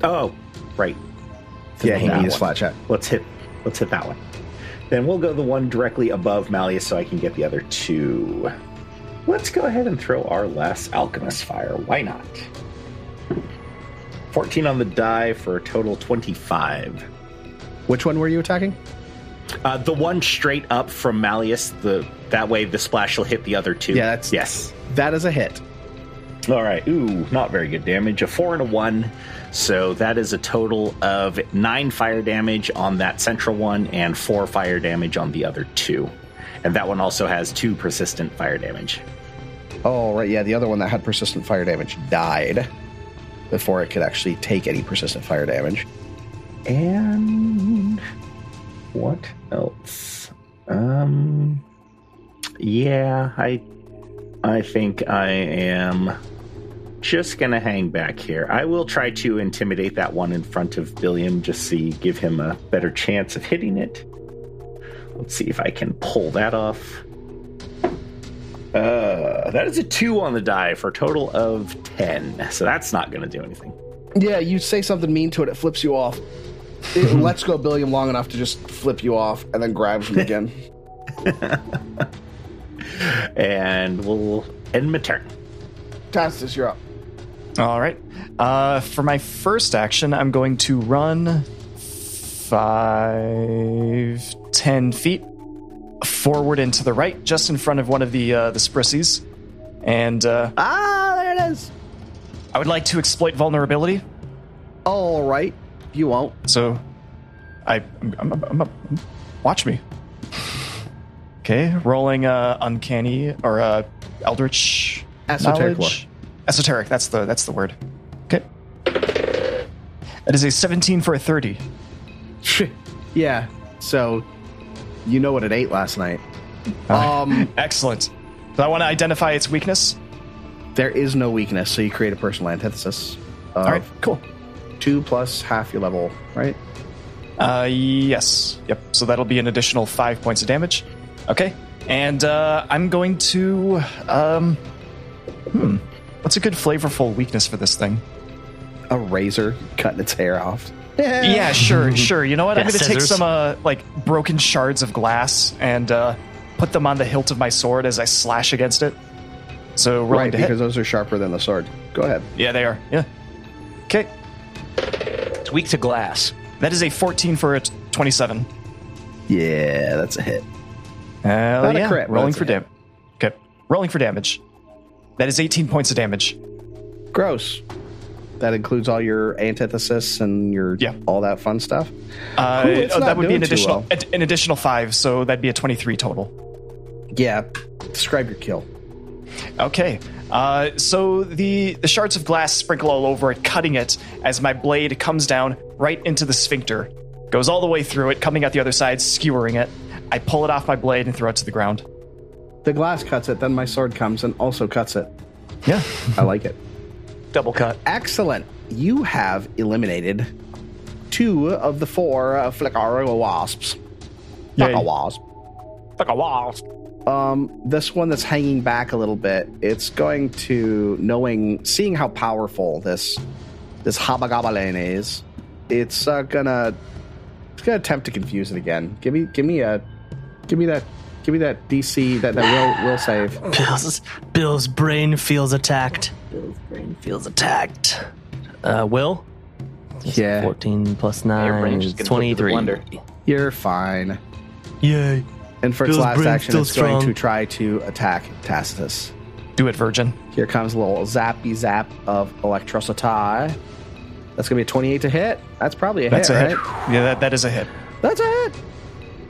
Oh, right. Yeah, he That needs one. flat check. Let's hit. Let's hit that one. Then we'll go the one directly above Malleus so I can get the other two. Let's go ahead and throw our last alchemist fire. Why not? 14 on the die for a total 25. Which one were you attacking? Uh, the one straight up from Malleus, the that way the splash will hit the other two. Yeah, that's- yes. That is a hit. All right. Ooh, not very good damage. A four and a one. So that is a total of nine fire damage on that central one and four fire damage on the other two. And that one also has two persistent fire damage. Oh, right. Yeah, the other one that had persistent fire damage died before it could actually take any persistent fire damage. And what else? Um Yeah, I I think I am just gonna hang back here. I will try to intimidate that one in front of Billiam, just see give him a better chance of hitting it. Let's see if I can pull that off. Uh, that is a two on the die for a total of ten. So that's not gonna do anything. Yeah, you say something mean to it, it flips you off. It lets go Billiam long enough to just flip you off and then grabs him again. And we'll end my turn. Tastus, you're up. All right. Uh, for my first action, I'm going to run five, ten feet forward and to the right, just in front of one of the uh, the sprissies. And uh, Ah, there it is. I would like to exploit vulnerability. All right. You won't. So, I I'm, I'm, I'm, I'm- watch me. Okay, rolling uh, uncanny or uh, eldritch Esoteric knowledge. Esoteric. That's the that's the word. Okay. That is a 17 for a 30. yeah. So, you know what it ate last night. Um, Uh. Excellent. So I want to identify its weakness. There is no weakness, so you create a personal antithesis. Of All right, cool. Two plus half your level, right? Uh, yes. Yep. So that'll be an additional five points of damage. Okay. And uh, I'm going to. Um, hmm. What's a good flavorful weakness for this thing? A razor cutting its hair off. Yeah, sure, sure. You know what? I'm Yeah, going to take scissors. some uh, like broken shards of glass and uh, put them on the hilt of my sword as I slash against it. So rolling Right, to hit. because those are sharper than the sword. Go ahead. Yeah, they are. Yeah. Okay. It's weak to glass. That is a 14 for a t- 27. Yeah, that's a hit. Hell Not a yeah. crit, but rolling it's a for damage. Okay. Rolling for damage. That is 18 points of damage. Gross. That includes all your antithesis and your Yeah. all that fun stuff. Uh, Ooh, it's oh, not that would be doing an too additional well. ad- an additional five, so that'd be a 23 total. Yeah. Describe your kill. Okay. Uh, so the, the shards of glass sprinkle all over it, cutting it as my blade comes down right into the sphincter. Goes all the way through it, coming out the other side, skewering it. I pull it off my blade and throw it to the ground. The glass cuts it, then my sword comes and also cuts it. Yeah. I like it. Double cut. Excellent. You have eliminated two of the four uh, Flickara wasps. Fuck a wasp. Like a wall. Um, this one that's hanging back a little bit, it's going to knowing, seeing how powerful this this Habagabalane is. It's uh, gonna it's gonna attempt to confuse it again. Give me give me a give me that give me that DC that that will will save. Bill's, Bill's brain feels attacked. Bill's brain feels attacked. Uh, Will? Yeah, 14 plus 9 brain's is just gonna go through the 23. blender. you're fine. Yay. And for its Bill's last brain's action, still it's going strong. to try to attack Tacitus. Do it, Virgin. Here comes a little zappy zap of Electrocity. That's gonna be a 28 to hit. That's probably a That's hit, a right? hit. Yeah, that, that is a hit. That's a hit.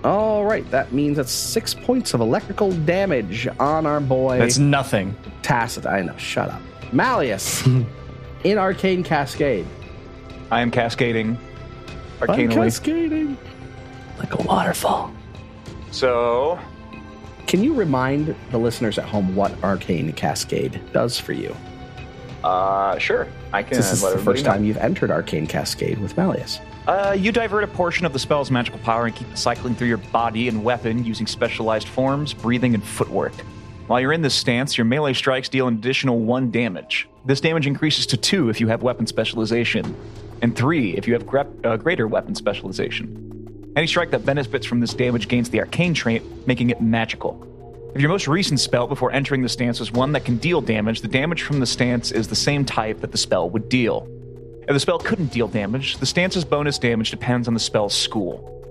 All right, that means that's six points of electrical damage on our boy That's nothing. Tacit. I know, shut up. Malleus in Arcane Cascade. I am cascading I'm arcanally. cascading. Like a waterfall. so Can you remind the listeners at home what Arcane Cascade does for you? Uh, sure. I can. This is let the everybody first know. time you've entered Arcane Cascade with Malleus. Uh, you divert a portion of the spell's magical power and keep it cycling through your body and weapon using specialized forms, breathing, and footwork. While you're in this stance, your melee strikes deal an additional one damage. This damage increases to two if you have weapon specialization, and three if you have grep- uh, greater weapon specialization. Any strike that benefits from this damage gains the arcane trait, making it magical. If your most recent spell before entering the stance was one that can deal damage, the damage from the stance is the same type that the spell would deal. If the spell couldn't deal damage, the stance's bonus damage depends on the spell's school.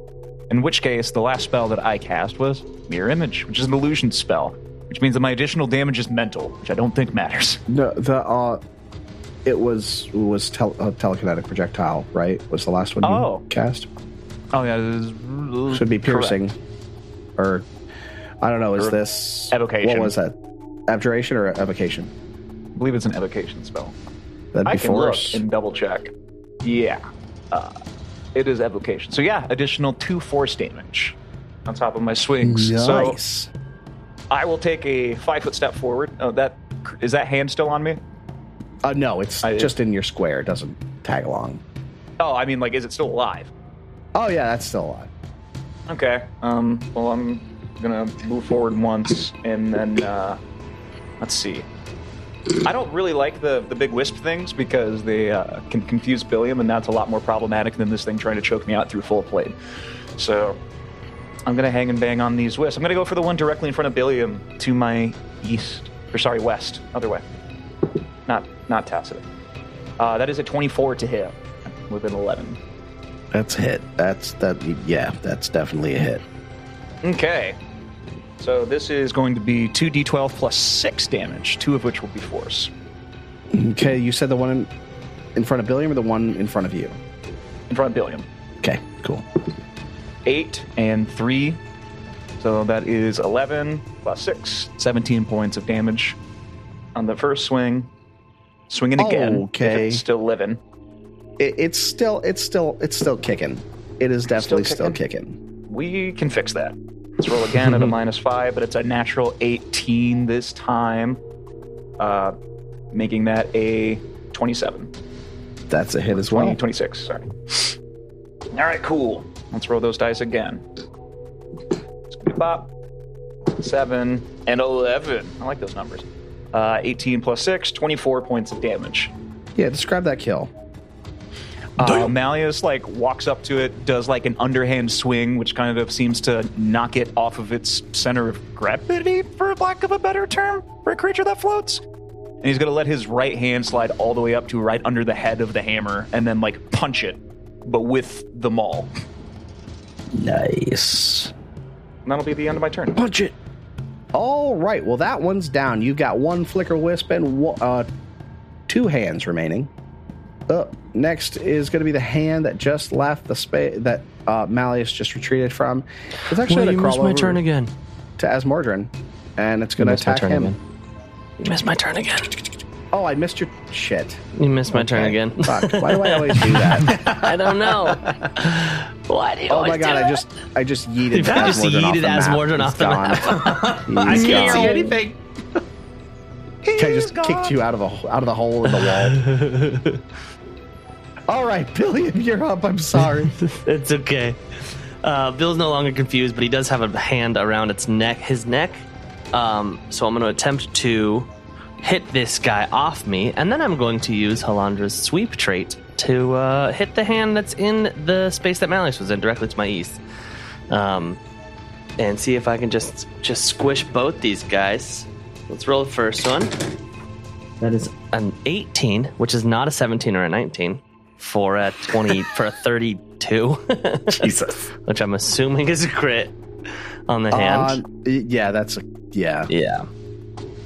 In which case, the last spell that I cast was Mirror Image, which is an illusion spell, which means that my additional damage is mental, which I don't think matters. No, the uh, it was was tel- uh, telekinetic projectile, right? Was the last one you Oh. cast? Oh yeah, this is, should be Correct. piercing or i don't know is Or this evocation. what was that abjuration or evocation I believe it's an evocation spell. that'd be I can look force and double check. Yeah, uh, it is evocation. So yeah, additional two force damage on top of my swings. So nice I will take a five foot step forward. Oh, that is that hand still on me? uh, no it's I- just in your square it doesn't tag along Oh, I mean, like, is it still alive? oh yeah that's still alive Okay. Um. Well, I'm gonna move forward once, and then uh, let's see. I don't really like the the big wisp things because they uh, can confuse Billiam, and that's a lot more problematic than this thing trying to choke me out through full plate. So I'm gonna hang and bang on these wisps. I'm gonna go for the one directly in front of Billiam to my east, or sorry, west, other way. Not not Tacit. Uh, that is a 24 to hit with an 11. that's a hit that's that yeah that's definitely a hit Okay. So this is going to be 2d12 plus 6 damage, two of which will be force. okay you said the one in, in front of billiam or the one in front of you In front of Billiam. okay cool 8 and 3. So that is 11 plus 6, 17 points of damage on the first swing. Oh. Swinging again. if Okay. it's still living. it, it's still it's still it's still kicking it is definitely still kicking? kicking We can fix that. Let's roll again at a minus 5, but it's a natural 18 this time. Uh, making that a 27. That's a hit as 20, well. 26, sorry. All right, cool. Let's roll those dice again. Bop. 7 and 11. I like those numbers. Uh, 18 plus 6, 24 points of damage. Yeah, describe that kill. Uh, Um, Malleus like walks up to it, does like an underhand swing, which kind of seems to knock it off of its center of gravity, for lack of a better term, for a creature that floats. And he's gonna let his right hand slide all the way up to right under the head of the hammer, and then like punch it, but with the maul. Nice. And that'll be the end of my turn. Punch it. All right. Well, that one's down. You've got one flicker wisp and one, uh, two hands remaining. Up next is going to be the hand that just left the space that uh, Malleus just retreated from. It's actually Well, going you to missed crawl my over turn again. to Asmordran, and it's going to missed my attack turn him. again. You missed my turn again. Oh, I missed your shit. You missed my turn again. Fuck. Why do I always do that? I don't know. Why do you oh my always god! do I it? just I just You yeeted just Asmordran off yeeted the map. He's Asmordran off the gone. I He's can't gone. see anything. I just kicked you out of a out of the hole in the wall. All right, Billion, you're up. I'm sorry. It's okay. Uh, Bill's no longer confused, but he does have a hand around its neck, his neck. Um, so I'm going to attempt to hit this guy off me, and then I'm going to use Halandra's sweep trait to uh, hit the hand that's in the space that Malus was in, directly to my east, um, and see if I can just just squish both these guys. Let's roll the first one. That is an 18, which is not a 17 or a 19, for a 20 for a 32. Jesus. which I'm assuming is a crit on the hand. Uh, yeah, that's a, yeah. yeah.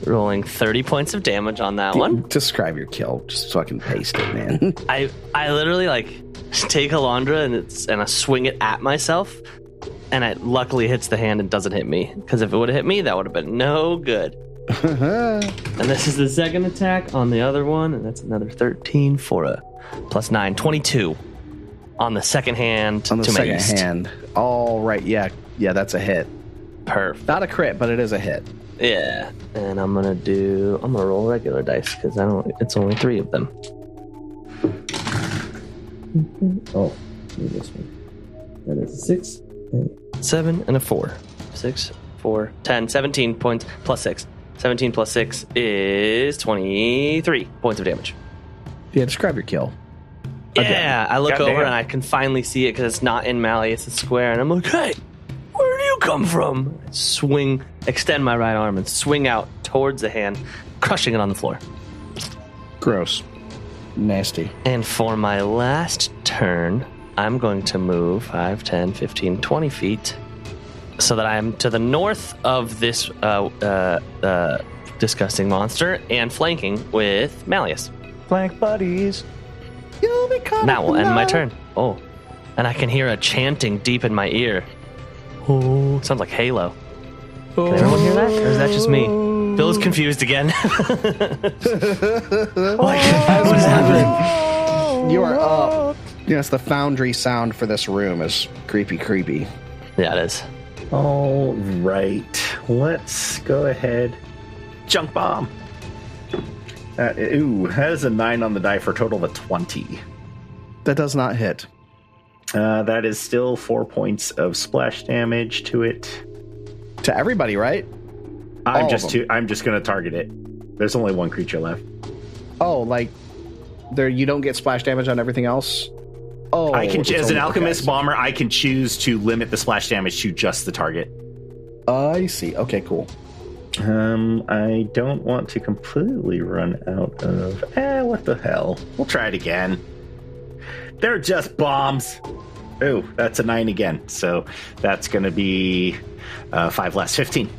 Rolling 30 points of damage on that one. Describe your kill, just so I can paste it, man. I I literally like take Alondra and it's and I swing it at myself and it luckily hits the hand and doesn't hit me because if it would have hit me that would have been no good. and this is the second attack on the other one and that's another 13 for a plus 9 22 on the second hand On the to my second east. hand. All right, yeah, yeah, that's a hit. Perf. Not a crit, but it is a hit. Yeah, and I'm gonna do. I'm gonna roll regular dice because I don't. It's only three of them. Oh, do this one. That is a six, and seven, and a four. Six, four, ten, seventeen points plus six. Seventeen plus six is twenty-three points of damage. Yeah, describe your kill. Yeah, I look Goddamn. over and I can finally see it because it's not in Malleus, it's square. And I'm like, hey, where do you come from? I swing, extend my right arm and swing out towards the hand, crushing it on the floor. Gross. Nasty. And for my last turn, I'm going to move 5, 10, 15, 20 feet so that I'm to the north of this uh, uh, uh, disgusting monster and flanking with Malleus. Flank buddies. That will end my turn. Oh, and I can hear a chanting deep in my ear. Oh, sounds like Halo. Can everyone hear that, or is that just me? Bill is confused again. what is happening? You are up. Yes, the foundry sound for this room is creepy, creepy. Yeah, it is. All right. Let's go ahead. Junk bomb. Uh, ooh, that is a nine on the die for a total of a 20. That does not hit. Uh, that is still four points of splash damage to it. To everybody, right? I'm All of just them. too, I'm just gonna target it. There's only one creature left. Oh, like there you don't get splash damage on everything else. Oh, I can it's as only- an alchemist okay. bomber, I can choose to limit the splash damage to just the target. I see. Okay, cool. Um, I don't want to completely run out of. Eh, what the hell? We'll try it again. They're just bombs. Ooh, that's a nine again. So that's going to be uh, five less fifteen.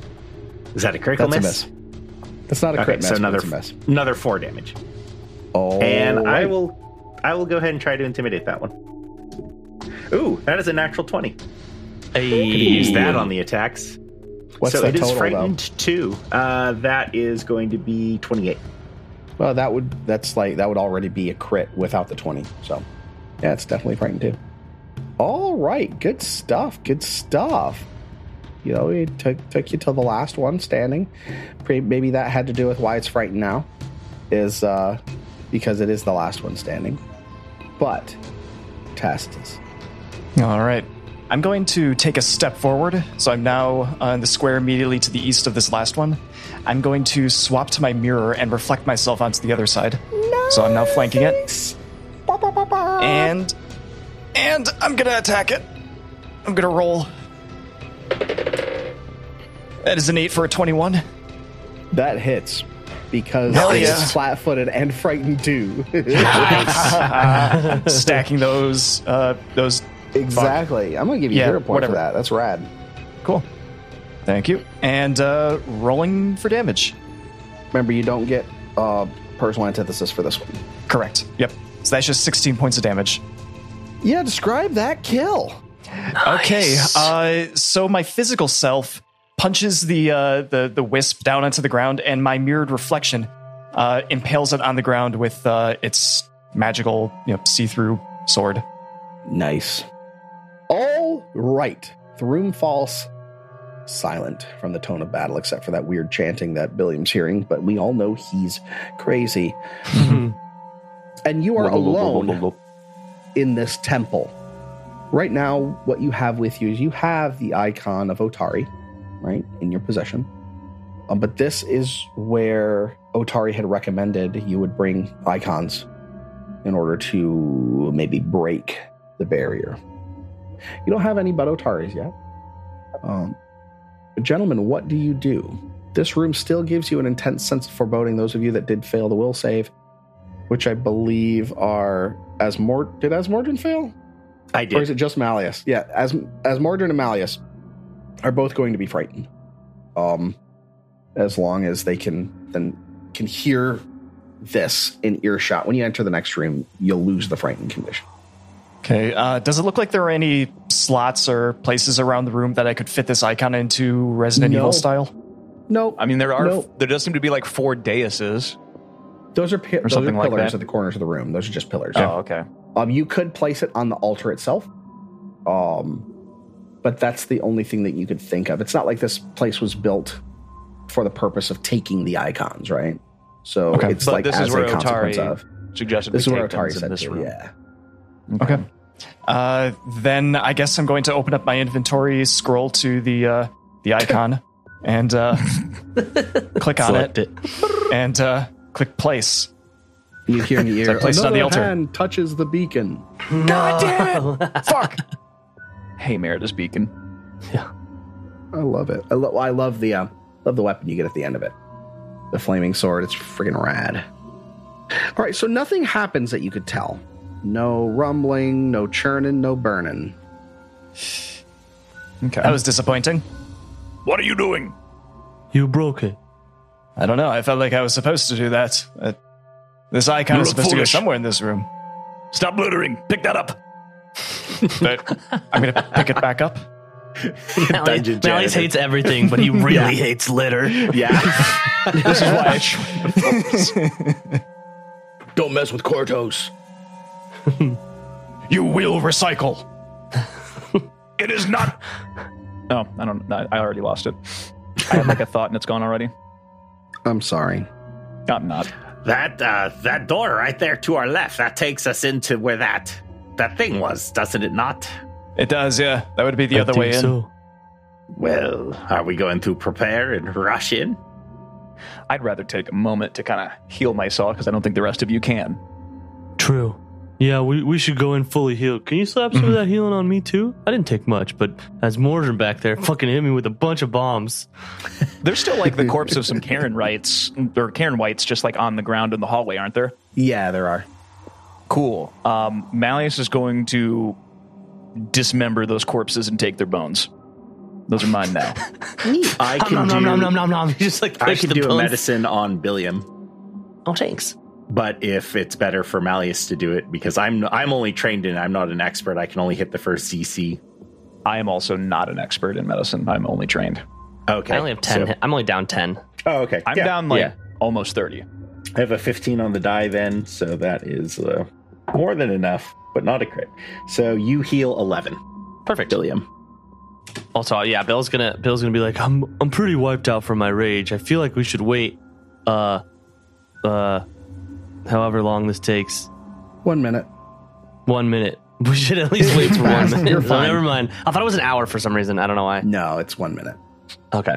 Is that a critical That's a miss? miss. That's not a Okay, crit mess. so but another it's a mess. another four damage, Oh, and I right. will, I will go ahead and try to intimidate that one. Ooh, that is a natural twenty. Could use that on the attacks. What's so that it is total, frightened too. Uh, that is going to be twenty-eight. Though? Well, that would that's like that would already be a crit without the twenty. So, yeah, it's definitely frightened too. All right, good stuff. Good stuff. You know, it took took you till the last one standing. Pre- Maybe that had to do with why it's frightened now. is uh, because it is the last one standing. But Tacitus. All right. I'm going to take a step forward, so I'm now on the square immediately to the east of this last one. I'm going to swap to my mirror and reflect myself onto the other side. So I'm now flanking it. And and I'm gonna attack it. I'm gonna roll. That is an eight for a twenty-one. That hits because Hell it's yeah. flat-footed and frightened too. Stacking those uh, those exactly. I'm gonna give you Yeah, hero point whatever. for that. That's rad. Cool. Thank you. And uh, rolling for damage. Remember, you don't get uh, personal antithesis for this one. Correct. Yep. So that's just 16 points of damage. Yeah, describe that kill. Okay. Uh, so my physical self punches the uh, the the wisp down onto the ground, and my mirrored reflection uh, impales it on the ground with uh, its magical you know, see-through sword. Nice. All right. Throom falls silent from the tone of battle, except for that weird chanting that Billiam's hearing, but we all know he's crazy. and you are alone in this temple. Right now, what you have with you is you have the icon of Otari, right, in your possession. Um, but this is where Otari had recommended you would bring icons in order to maybe break the barrier. You don't have any but Otaris yet. Um, but gentlemen, what do you do? This room still gives you an intense sense of foreboding. Those of you that did fail the will save, which I believe are as Mord did Asmordran fail, I or is did. it just Malleus? Yeah, as Asmordran and Malleus are both going to be frightened. Um, as long as they can then can hear this in earshot. When you enter the next room, you'll lose the frightened condition. Okay. Uh, does it look like there are any slots or places around the room that I could fit this icon into Resident No. Evil style? No, I mean, there are Nope. there does seem to be like four daises. Those are, pi- those are something like pillars that. at the corners of the room. Those are just pillars. Oh, okay. Um, you could place it on the altar itself. Um, but that's the only thing that you could think of. It's not like this place was built for the purpose of taking the icons, right? So Okay. it's But like this as is where a consequence Otari- of Suggested this is we what take Atari things in said. this too, room. Yeah. Okay. Uh, then I guess I'm going to open up my inventory, scroll to the uh, the icon, and uh, click on it, and uh, click place. You hear in the So I ear. placed it on the "Another altar." hand touches the beacon. God damn it! Fuck. Hey, Meredith's beacon. I love it. I, lo- I love the uh, love the weapon you get at the end of it. The flaming sword. It's freaking rad. All right, so nothing happens that you could tell. No rumbling, no churning, no burning. Okay. That was disappointing. what are you doing? You broke it. I don't know. I felt like I was supposed to do that. Uh, this icon You is look supposed to go foolish. somewhere in this room. Stop littering. Pick that up. But I'm gonna pick it back up. Dungeon Malleus janitor. hates everything, but he really hates litter. Yeah. This is why. I sh- Don't mess with Cortos. You will recycle. it is not. Oh, I don't. I I already lost it. I had like a thought and it's gone already. I'm sorry. I'm not. That uh, that door right there to our left, that takes us into where that that thing was, doesn't it not? It does. Yeah, that would be the I other think way in. so. Well, are we going to prepare and rush in? I'd rather take a moment to kind of heal myself because I don't think the rest of you can. True. Yeah, we, we should go in fully healed. Can you slap some of Mm-hmm. that healing on me too? I didn't take much, but as Mordrin back there fucking hit me with a bunch of bombs. There's still like the corpse of some Karen rights or Karen Whites just like on the ground in the hallway, aren't there? Yeah, there are. Cool. Um, Malleus is going to dismember those corpses and take their bones. Those are mine now. I Nom nom nom nom nom nom nom. He's just like I can licking the do a bones. medicine on Billiam, Oh, thanks. but if it's better for Malleus to do it because I'm I'm only trained in I'm not an expert. I can only hit the first CC. I am also not an expert in medicine. I'm only trained. Okay. I only have ten. so- I'm only down ten. oh, okay. I'm Yeah. down like Yeah. almost 30. I have a 15 on the die then, so that is uh, more than enough, but not a crit. So you heal 11, Perfect. Billiam. Also, yeah, Bill's gonna Bill's gonna be like, I'm I'm pretty wiped out from my rage. I feel like we should wait. Uh, uh, however long this takes. One minute. One minute. We should at least wait for one Fast. minute. You're No, fine. never mind. I thought it was an hour for some reason. I don't know why. No, it's one minute. Okay.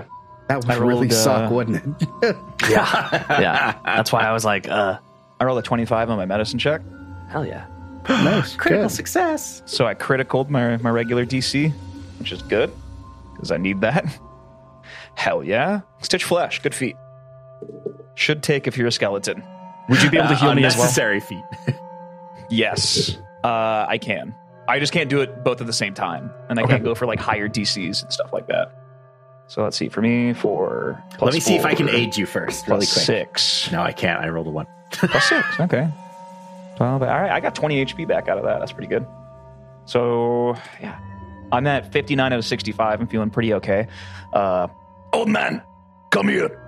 That would I rolled, really uh, suck, wouldn't it? Yeah. That's why I was like, uh, I rolled a 25 on my medicine check, hell yeah. nice. Critical good. success. so I criticaled my, my regular DC, which is good because I need that. Hell yeah. Stitch Flash, good feat. Should take if you're a skeleton. Would you be able to heal me as well? Uh, Unnecessary feat. Yes, uh, I can. I just can't do it both at the same time, and I can't go for like higher DCs and stuff like that. So let's see. For me, four. Let plus me see if I can four, aid you first, plus really quick. Six. No, I can't. I rolled a one. Plus six. Okay. Twelve. All right. I got twenty HP back out of that. That's pretty good. So yeah, I'm at fifty nine out of sixty five. I'm feeling pretty okay. Uh, old man, come here.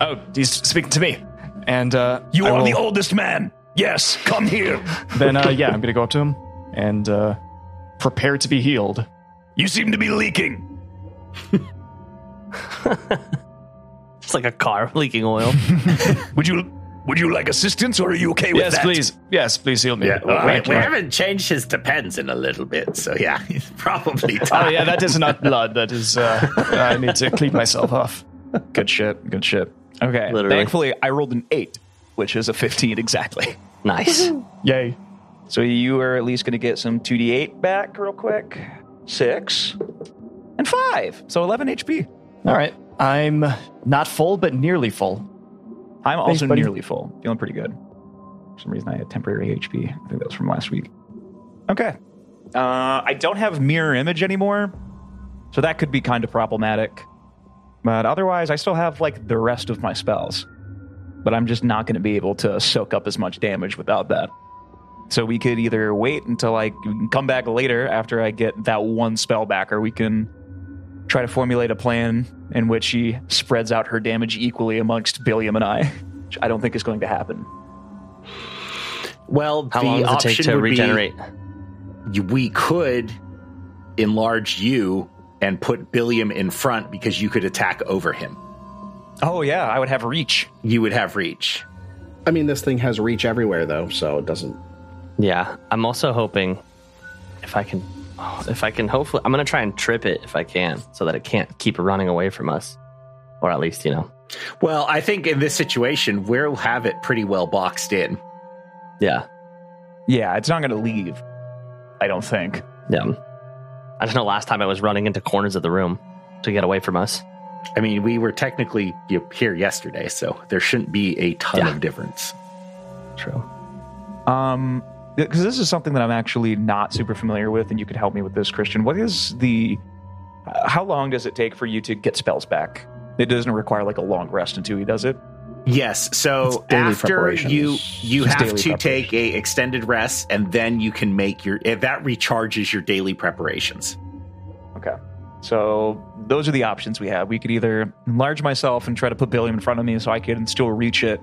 Oh, he's speaking to me. And uh, You I are the will- oldest man. Yes, come here. Then uh, yeah, I'm gonna go up to him and uh, prepare to be healed. You seem to be leaking. It's like a car leaking oil. Would you would you like assistance, or are you okay with Yes, that? please. Yes, please heal me. Yeah, well, Wait, we, we wait. haven't changed his depends in a little bit, so yeah, he's probably Oh time. yeah, that is not blood. That is. Uh, I need to clean myself off. Good shit. Good shit. Okay. Literally. Thankfully, I rolled an eight, which is a 15 exactly. nice. Yay. So you are at least going to get some 2d8 back real quick. Six and five. So 11 HP. All right. I'm not full, but nearly full. I'm also buddy. nearly full. Feeling pretty good. For some reason, I had temporary HP. I think that was from last week. Okay. Uh, I don't have mirror image anymore. So that could be kind of problematic. But otherwise, I still have like the rest of my spells. But I'm just not going to be able to soak up as much damage without that. So we could either wait until I come back later after I get that one spell back, or we can try to formulate a plan in which she spreads out her damage equally amongst Billiam and I, which I don't think is going to happen. Well, How the long does it take option to would be regenerate? you- we could enlarge you and put Billiam in front because you could attack over him. Oh yeah, I would have reach. You would have reach. I mean, this thing has reach everywhere, though, so it doesn't. Yeah, I'm also hoping if I can, oh, if I can, hopefully, I'm gonna try and trip it if I can, so that it can't keep running away from us, or at least you know, Well, I think in this situation, we'll have it pretty well boxed in. yeah, Yeah, it's not going to leave. I don't think. yeah. I just know last time I was running into corners of the room to get away from us. I mean, we were technically you know, here yesterday, so there shouldn't be a ton Yeah. of difference. True. Um, because this is something that I'm actually not super familiar with, and you could help me with this, Christian. What is the? uh, How long does it take for you to get spells back? It doesn't require like a long rest until he does it. Yes. It's So daily after preparation. you It's you just have daily to preparation. take a extended rest, and then you can make your eh, that recharges your daily preparations. Okay. So those are the options we have. We could either enlarge myself and try to put Billiam in front of me so I can still reach it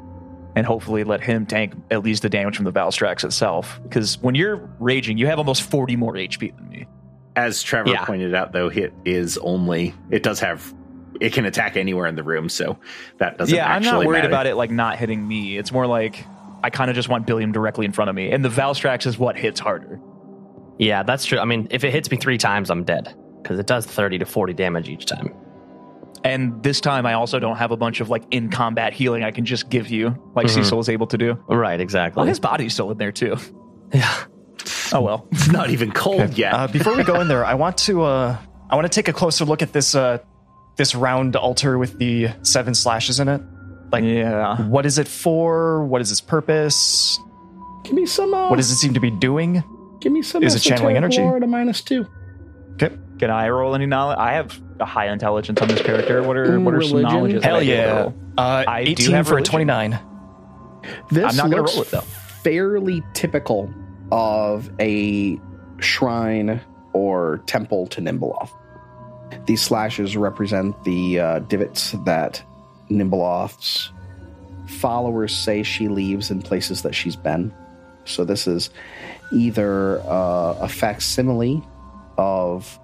and hopefully let him tank at least the damage from the Valstrax itself. Because when you're raging, you have almost 40 more HP than me. As Trevor Yeah. pointed out, though, it is only it does have it can attack anywhere in the room, so that doesn't. yeah, I'm actually not worried matter. about it like not hitting me. It's more like I kind of just want Billiam directly in front of me. And the Valstrax is what hits harder. Yeah, that's true. I mean, if it hits me three times, I'm dead because it does 30 to 40 damage each time. And this time I also don't have a bunch of like in combat healing I can just give you, like Cecil is able to do. Right, Well, exactly. his body's still in there too. Yeah. Oh well. It's not even cold yet. Uh, before we go in there, I want to uh, I want to take a closer look at this uh, this round altar with the seven slashes in it. Like, Yeah. what is it for? What is its purpose? Give me some. Uh, What does it seem to be doing? Give me some. Is it channeling esoteric energy? lore at a minus two. Okay. Can I roll any knowledge? I have a high intelligence on this character. What are what are some Religion? knowledges? that I Hell can yeah. roll? Uh, I do 18 have for a religion. 29. This I'm not gonna looks roll it, though. fairly typical of a shrine or temple to Nimbaloth. These slashes represent the uh, divots that Nimbaloth's followers say she leaves in places that she's been. So this is either uh, a facsimile of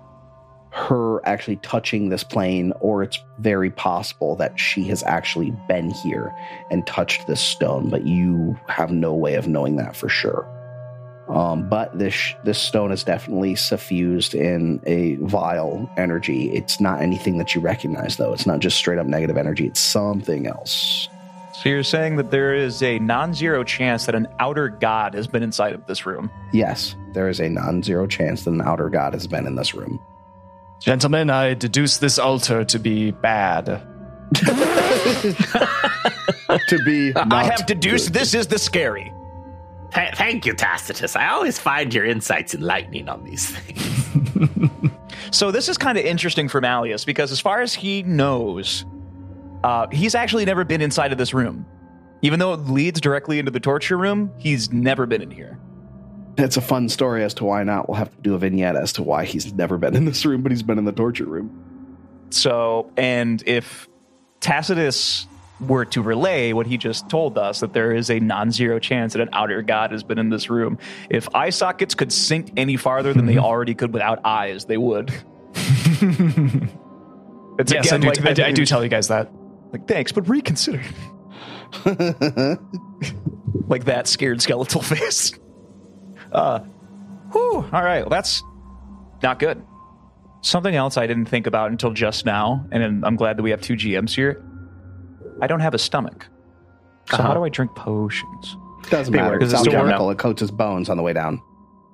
her actually touching this plane, or it's very possible that she has actually been here and touched this stone, but you have no way of knowing that for sure. Um, but this this stone is definitely suffused in a vile energy. It's not anything that you recognize, though. It's not just straight up negative energy. It's something else. So you're saying that there is a non-zero chance that an outer god has been inside of this room. Yes, there is a non-zero chance that an outer god has been in this room. Gentlemen, I deduce this altar to be bad. To be, Uh, I not have deduced good. this is the scary. Th- thank you, Tacitus. I always find your insights enlightening on these things. So this is kind of interesting for Malleus because, as far as he knows, uh, he's actually never been inside of this room. Even though it leads directly into the torture room, he's never been in here. It's a fun story as to why not. We'll have to do a vignette as to why he's never been in this room, but he's been in the torture room. So, and if Tacitus were to relay what he just told us, that there is a non zero chance that an outer god has been in this room, if eye sockets could sink any farther than they already could without eyes, they would. it's Yes, I again do, like I, do- I do dude- tell you guys that. Like, thanks, but reconsider. like that scared skeletal face. Uh, whew, all right, well, that's not good. Something else I didn't think about until just now, and I'm glad that we have two GMs here. I don't have a stomach. So how do I drink potions? Doesn't matter. does It's it still work? alchemical. It coats his bones on the way down.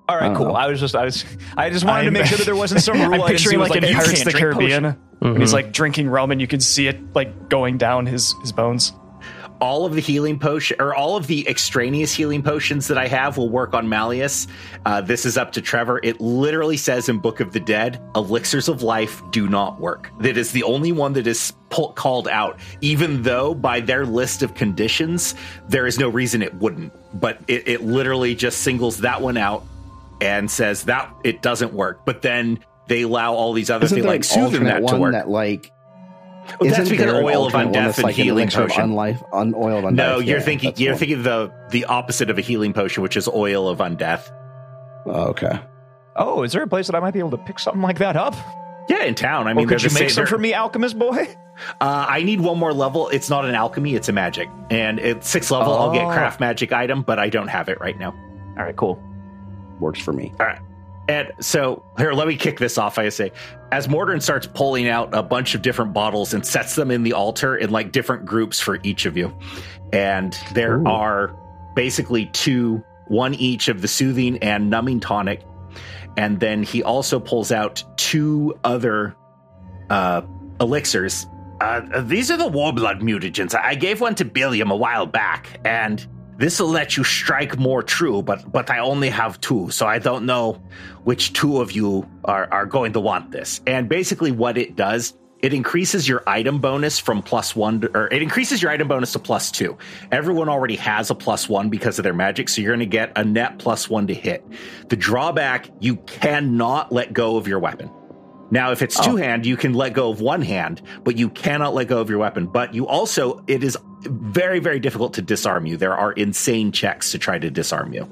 All right, don't cool. know. I was just, I was, I just wanted to I'm- make sure that there wasn't some rule. I'm I didn't see picturing was like, an you Pirates can't of the drink potions. Caribbean. And he's like drinking rum, and you can see it like going down his his bones. all of the healing potion or all of the extraneous healing potions that I have will work on Malleus. Uh, this is up to Trevor. It literally says in Book of the Dead, elixirs of life do not work. That is the only one that is pull- called out, even though by their list of conditions, there is no reason it wouldn't. But it, it literally just singles that one out and says that it doesn't work. But then they allow all these other Isn't things there like like alternate soothing that to one work. that like? Well, that's isn't because there an oil of alternate one undeath that's and like an healing elixir of potion. Unlife, un, oil of undeath. No, you're Yeah, thinking that's you're one. thinking the the opposite of a healing potion, which is oil of undeath. Oh, okay. Oh, is there a place that I might be able to pick something like that up? Yeah, in town. I Or mean, could there's you a make some saver- for me, alchemist boy? Uh, I need one more level. It's not an alchemy; it's a magic, and at sixth level, I'll get Oh. craft magic item, but I don't have it right now. All right, cool. Works for me. And so here, let me kick this off. I say, as Morgan starts pulling out a bunch of different bottles and sets them in the altar in like different groups for each of you, and there are basically two, one each of the soothing and numbing tonic, and then he also pulls out two other uh, elixirs. Uh, these are the warblood mutagens. I gave one to Billiam a while back, and This will let you strike more true, but but I only have two, so I don't know which two of you are are going to want this. And basically, what it does, it increases your item bonus from plus one, to, or it increases your item bonus to plus two. Everyone already has a plus one because of their magic, so you're going to get a net plus one to hit. The drawback, you cannot let go of your weapon. Now, if it's two hand, you can let go of one hand, but you cannot let go of your weapon. But you also, it is very, very difficult to disarm you. There are insane checks to try to disarm you.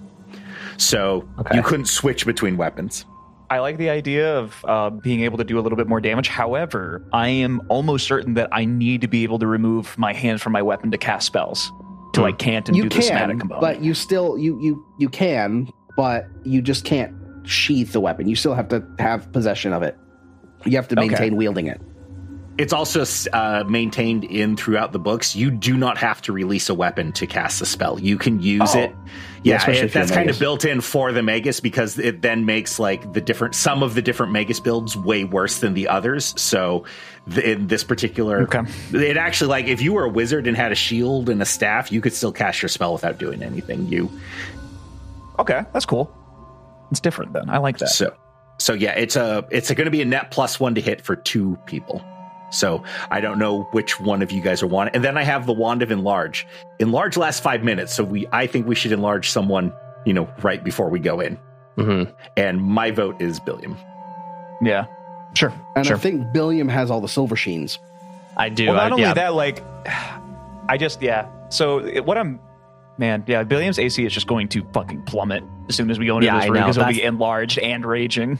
So Okay. you couldn't switch between weapons. I like the idea of uh, being able to do a little bit more damage. However, I am almost certain that I need to be able to remove my hand from my weapon to cast spells. Till I Hmm. can't and you do the can, somatic component. but you still you you you can, but you just can't sheath the weapon. You still have to have possession of it. You have to Okay. maintain wielding it. It's also uh, maintained in throughout the books. You do not have to release a weapon to cast a spell. You can use Oh. it. Yeah, especially it- if you're a that's kind magus. of built in for the magus because it then makes like the different some of the different magus builds way worse than the others. So th- in this particular, Okay. it actually like if you were a wizard and had a shield and a staff, you could still cast your spell without doing anything. You okay, that's cool. It's different then. I like that. so, so yeah, it's a it's going to be a net plus one to hit for two people. So I don't know which one of you guys are wanting. And then I have the wand of enlarge. Enlarge lasts five minutes, so we I think we should enlarge someone, you know, right before we go in. hmm And my vote is Billiam. Yeah. Sure. And sure. I think Billiam has all the silver sheens. I do. well, I- not only yeah. that, like, I just, yeah. So it- what I'm, man, yeah, Billiam's AC is just going to fucking plummet as soon as we go into Yeah, this I room know. because it'll be That's- enlarged and raging.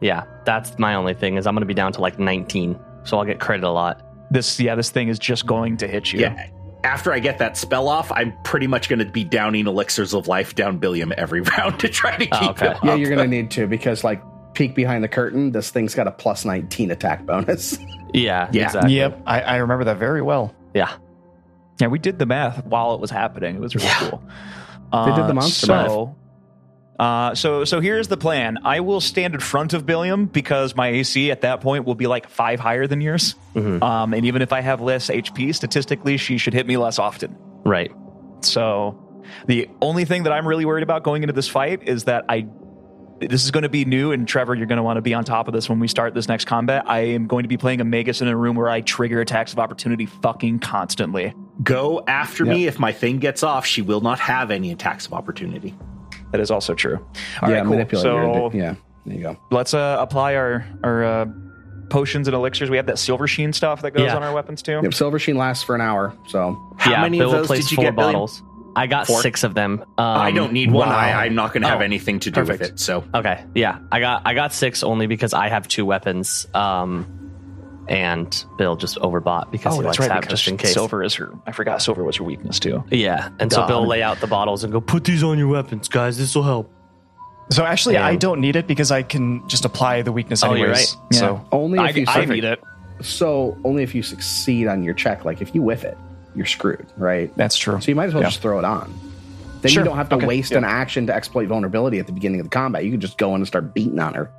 Yeah, that's my only thing is I'm gonna be down to like 19, so I'll get credit a lot. This yeah, this thing is just going to hit you. Yeah. After I get that spell off, I'm pretty much going to be downing elixirs of life down Billiam every round to try to keep Oh, okay. him up. Yeah, you're gonna need to because like peek behind the curtain, this thing's got a plus nineteen attack bonus. Yeah, Yeah. exactly. Yep, I, I remember that very well. Yeah. Yeah, we did the math while it was happening. It was really cool. Uh, They did the monster so, Uh, so, so here's the plan. I will stand in front of Billiam because my AC at that point will be like five higher than yours. Um, and even if I have less HP, statistically, she should hit me less often. Right. So, the only thing that I'm really worried about going into this fight is that I. This is going to be new, and Trevor, you're going to want to be on top of this when we start this next combat. I am going to be playing a Magus in a room where I trigger attacks of opportunity fucking constantly. Go after me. If my thing gets off, she will not have any attacks of opportunity. That is also true. All yeah, right, manipulate your So addi- yeah, there you go. let's uh, apply our our uh, potions and elixirs. We have that silver sheen stuff that goes Yeah. on our weapons too. Yep, Silver Sheen lasts for an hour, so How yeah, many Bill of those placed did you four get, Billiam? bottles. I got Four? Oh, six of them. Um, I don't need one. wow. I, I'm not going to have Oh, anything to do with perfect. it. So Okay. Yeah, I got I got six only because I have two weapons. Um, and Bill just overbought Oh, because Oh, he likes to have because just in case. silver is her. I forgot silver was her weakness too. Yeah, and so Bill lay out the bottles and go put these on your weapons, guys. This will help. So actually, Yeah. I don't need it because I can just apply the weakness Oh, anyways. you're right. So only if you I succeed- need it. So only if you succeed on your check. Like if you whiff it, you're screwed, right? that's true. So you might as well Yeah. just throw it on. Then Sure. you don't have to Okay. waste an action to exploit vulnerability at the beginning of the combat. You can just go in and start beating on her.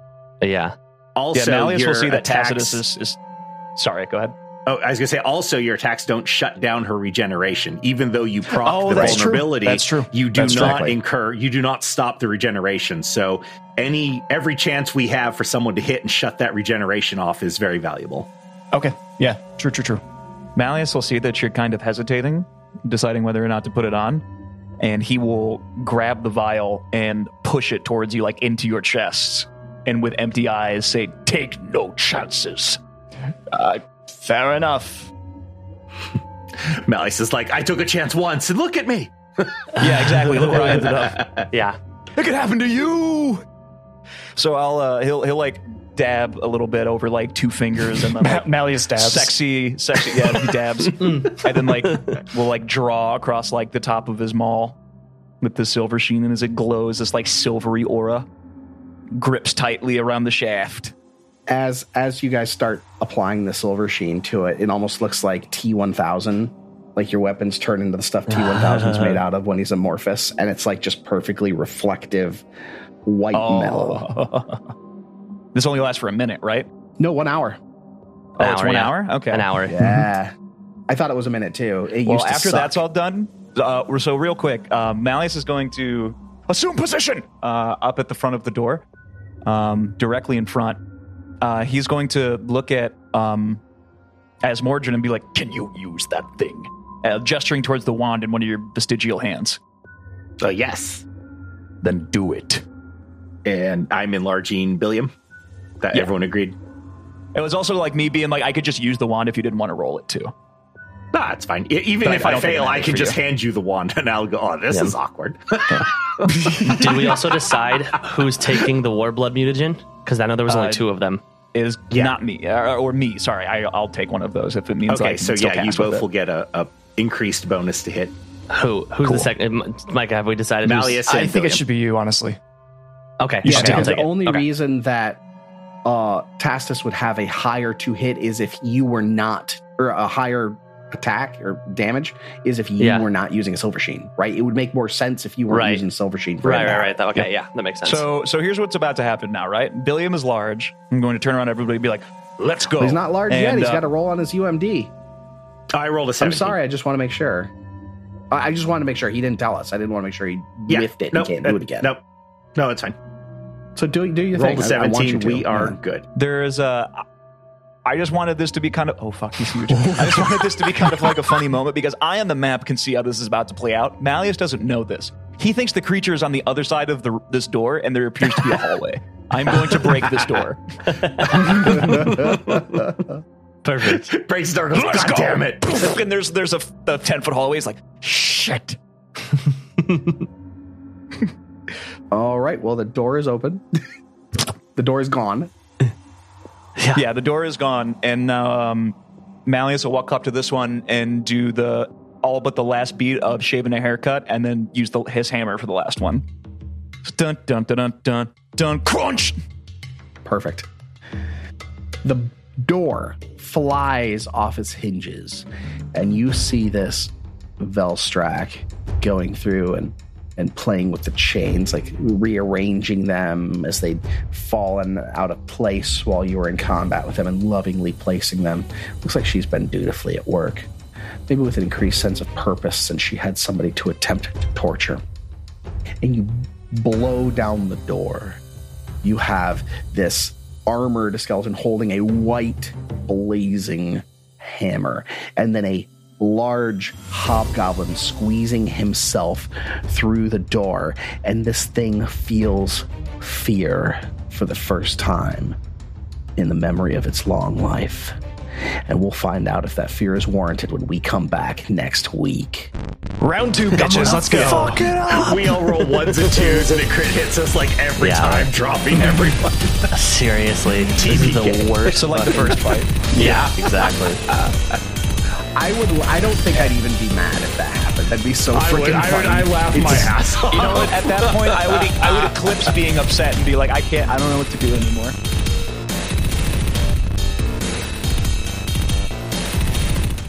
Yeah, also, yeah, Malleus your will see that attacks, Tacitus is, is. Sorry, go ahead. Oh, I was going to say. Also, your attacks don't shut down her regeneration, even though you proc Oh, the that's true. vulnerability. That's true. You do That's not exactly. incur. You do not stop the regeneration. So any every chance we have for someone to hit and shut that regeneration off is very valuable. okay. Yeah. True. True. True. Malleus will see that you're kind of hesitating, deciding whether or not to put it on, and he will grab the vial and push it towards you, like into your chest, and with empty eyes say, "Take no chances." Fair enough. Malleus is like, I took a chance once, and look at me. Yeah, exactly. Look where I ended up. yeah. It could happen to you. So I'll uh, he'll he'll like dab a little bit over like two fingers and then like, Malleus dabs. sexy sexy yeah he dabs and Mm. then like will like draw across like the top of his maul with the silver sheen and as it glows this like silvery aura grips tightly around the shaft. As as you guys start applying the silver sheen to it, it almost looks like T one thousand, like your weapons turn into the stuff T one thousand's made out of when he's amorphous, and it's like just perfectly reflective white metal. Oh. this only lasts for a minute, right? No, one hour. Oh, An it's hour, one yeah. hour. Okay, An hour. Yeah. I thought it was a minute too. It Well, used to after suck. that's all done, uh, we're so real quick. Uh, Malleus is going to assume position uh, up at the front of the door, um, directly in front. Uh, he's going to look at um, Asmorgen and be like, "Can you use that thing?" Uh, gesturing towards the wand in one of your vestigial hands. Uh, yes, Then do it. and I'm enlarging Billiam. That Yeah. everyone agreed. It was also like me being like, "I could just use the wand if you didn't want to roll it too." Nah, it's fine. E- even But if I I, don't think it fail, I matters can for just you. hand you the wand, and I'll go. Oh, this Yeah. is awkward. Did we also decide who's taking the war blood mutagen? Because I know there was only Uh, two of them. It is not me or, or me. Sorry, I, I'll take one of those if it means. I okay, can so still yeah, you cast with both it. will get a, a increased bonus to hit. Who? Who's the second? M- Micah, have we decided? who's- Malleus. I and think it Billiam. should be you, honestly. Okay. okay, You should take I'll it. the take it. only Okay. reason that uh Tastus would have a higher to hit is if you were not or a higher attack or damage is if you Yeah. were not using a silver sheen, right? It would make more sense if you weren't Right. using silver sheen. for Right, that. right, right. That, okay, yeah, that makes sense. So, so here's what's about to happen now, right? Billiam is large. I'm going to turn around everybody and be like, "Let's go." But he's not large yet. And, He's uh, got to roll on his UMD. I rolled a I'm 17. sorry. I just want to make sure. I I just want to make sure he didn't tell us. I didn't want to make sure he Yeah. whiffed it Nope. and can't Uh, do it again. Nope. No, it's fine. So do do your Roll thing. the I- I want 17. you to. We are Yeah. good. There is a. I just wanted this to be kind of. Oh fuck, he's huge. I just wanted this to be kind of like a funny moment because I on the map can see how this is about to play out. Malleus doesn't know this. He thinks the creature is on the other side of the, this door, and there appears to be a hallway. I'm going to break this door. perfect. Breaks the door. goes, God damn it. Poof, and there's there's a, a ten foot hallway. It's like shit. All right. Well, the door is open. The door is gone. Yeah, the door is gone, and um, Malleus will walk up to this one and do the all but the last beat of shaving a haircut, and then use the, his hammer for the last one. Dun dun dun dun dun dun crunch. Perfect. The door flies off its hinges, and you see this Velstrak going through and and playing with the chains, like rearranging them as they'd fallen out of place while you were in combat with them, and lovingly placing them. Looks like she's been dutifully at work, maybe with an increased sense of purpose since she had somebody to attempt to torture. And you blow down the door you have this armored skeleton holding a white blazing hammer and then a large hobgoblin squeezing himself through the door and this thing feels fear for the first time in the memory of its long life and we'll find out if that fear is warranted when we come back next week Round two, bitches. Let's go. We all roll ones and twos, and a crit hits us like every Yeah. time, dropping everyone. Seriously, this is the worst. So like the first fight. yeah, exactly. i would i don't think i'd even be mad if that happened that'd be so I, would, freaking I, would, I laugh my ass off. You know, what? at that point, I would I would eclipse being upset and be like, I can't, I don't know what to do anymore.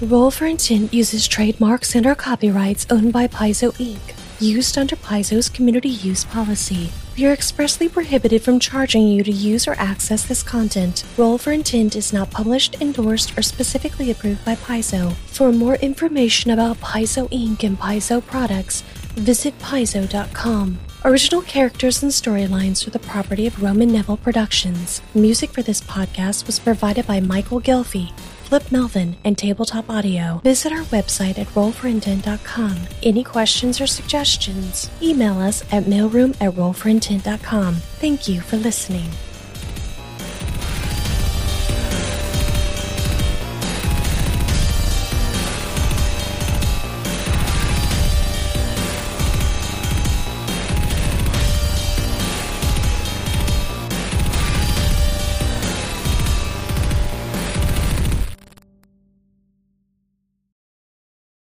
Roll for Intent uses trademarks and our copyrights owned by Paizo Inc., used under Paizo's community use policy. We are expressly prohibited from charging you to use or access this content. Roll for Intent is not published, endorsed, or specifically approved by Paizo. For more information about Paizo Inc. and Paizo products, visit paizo.com. Original characters and storylines are the property of Roman Neville Productions. Music for this podcast was provided by Michael Gilfie. Flip Melvin, and Tabletop Audio. Visit our website at rollforintent.com. Any questions or suggestions? Email us at mailroom at rollforintent.com. Thank you for listening.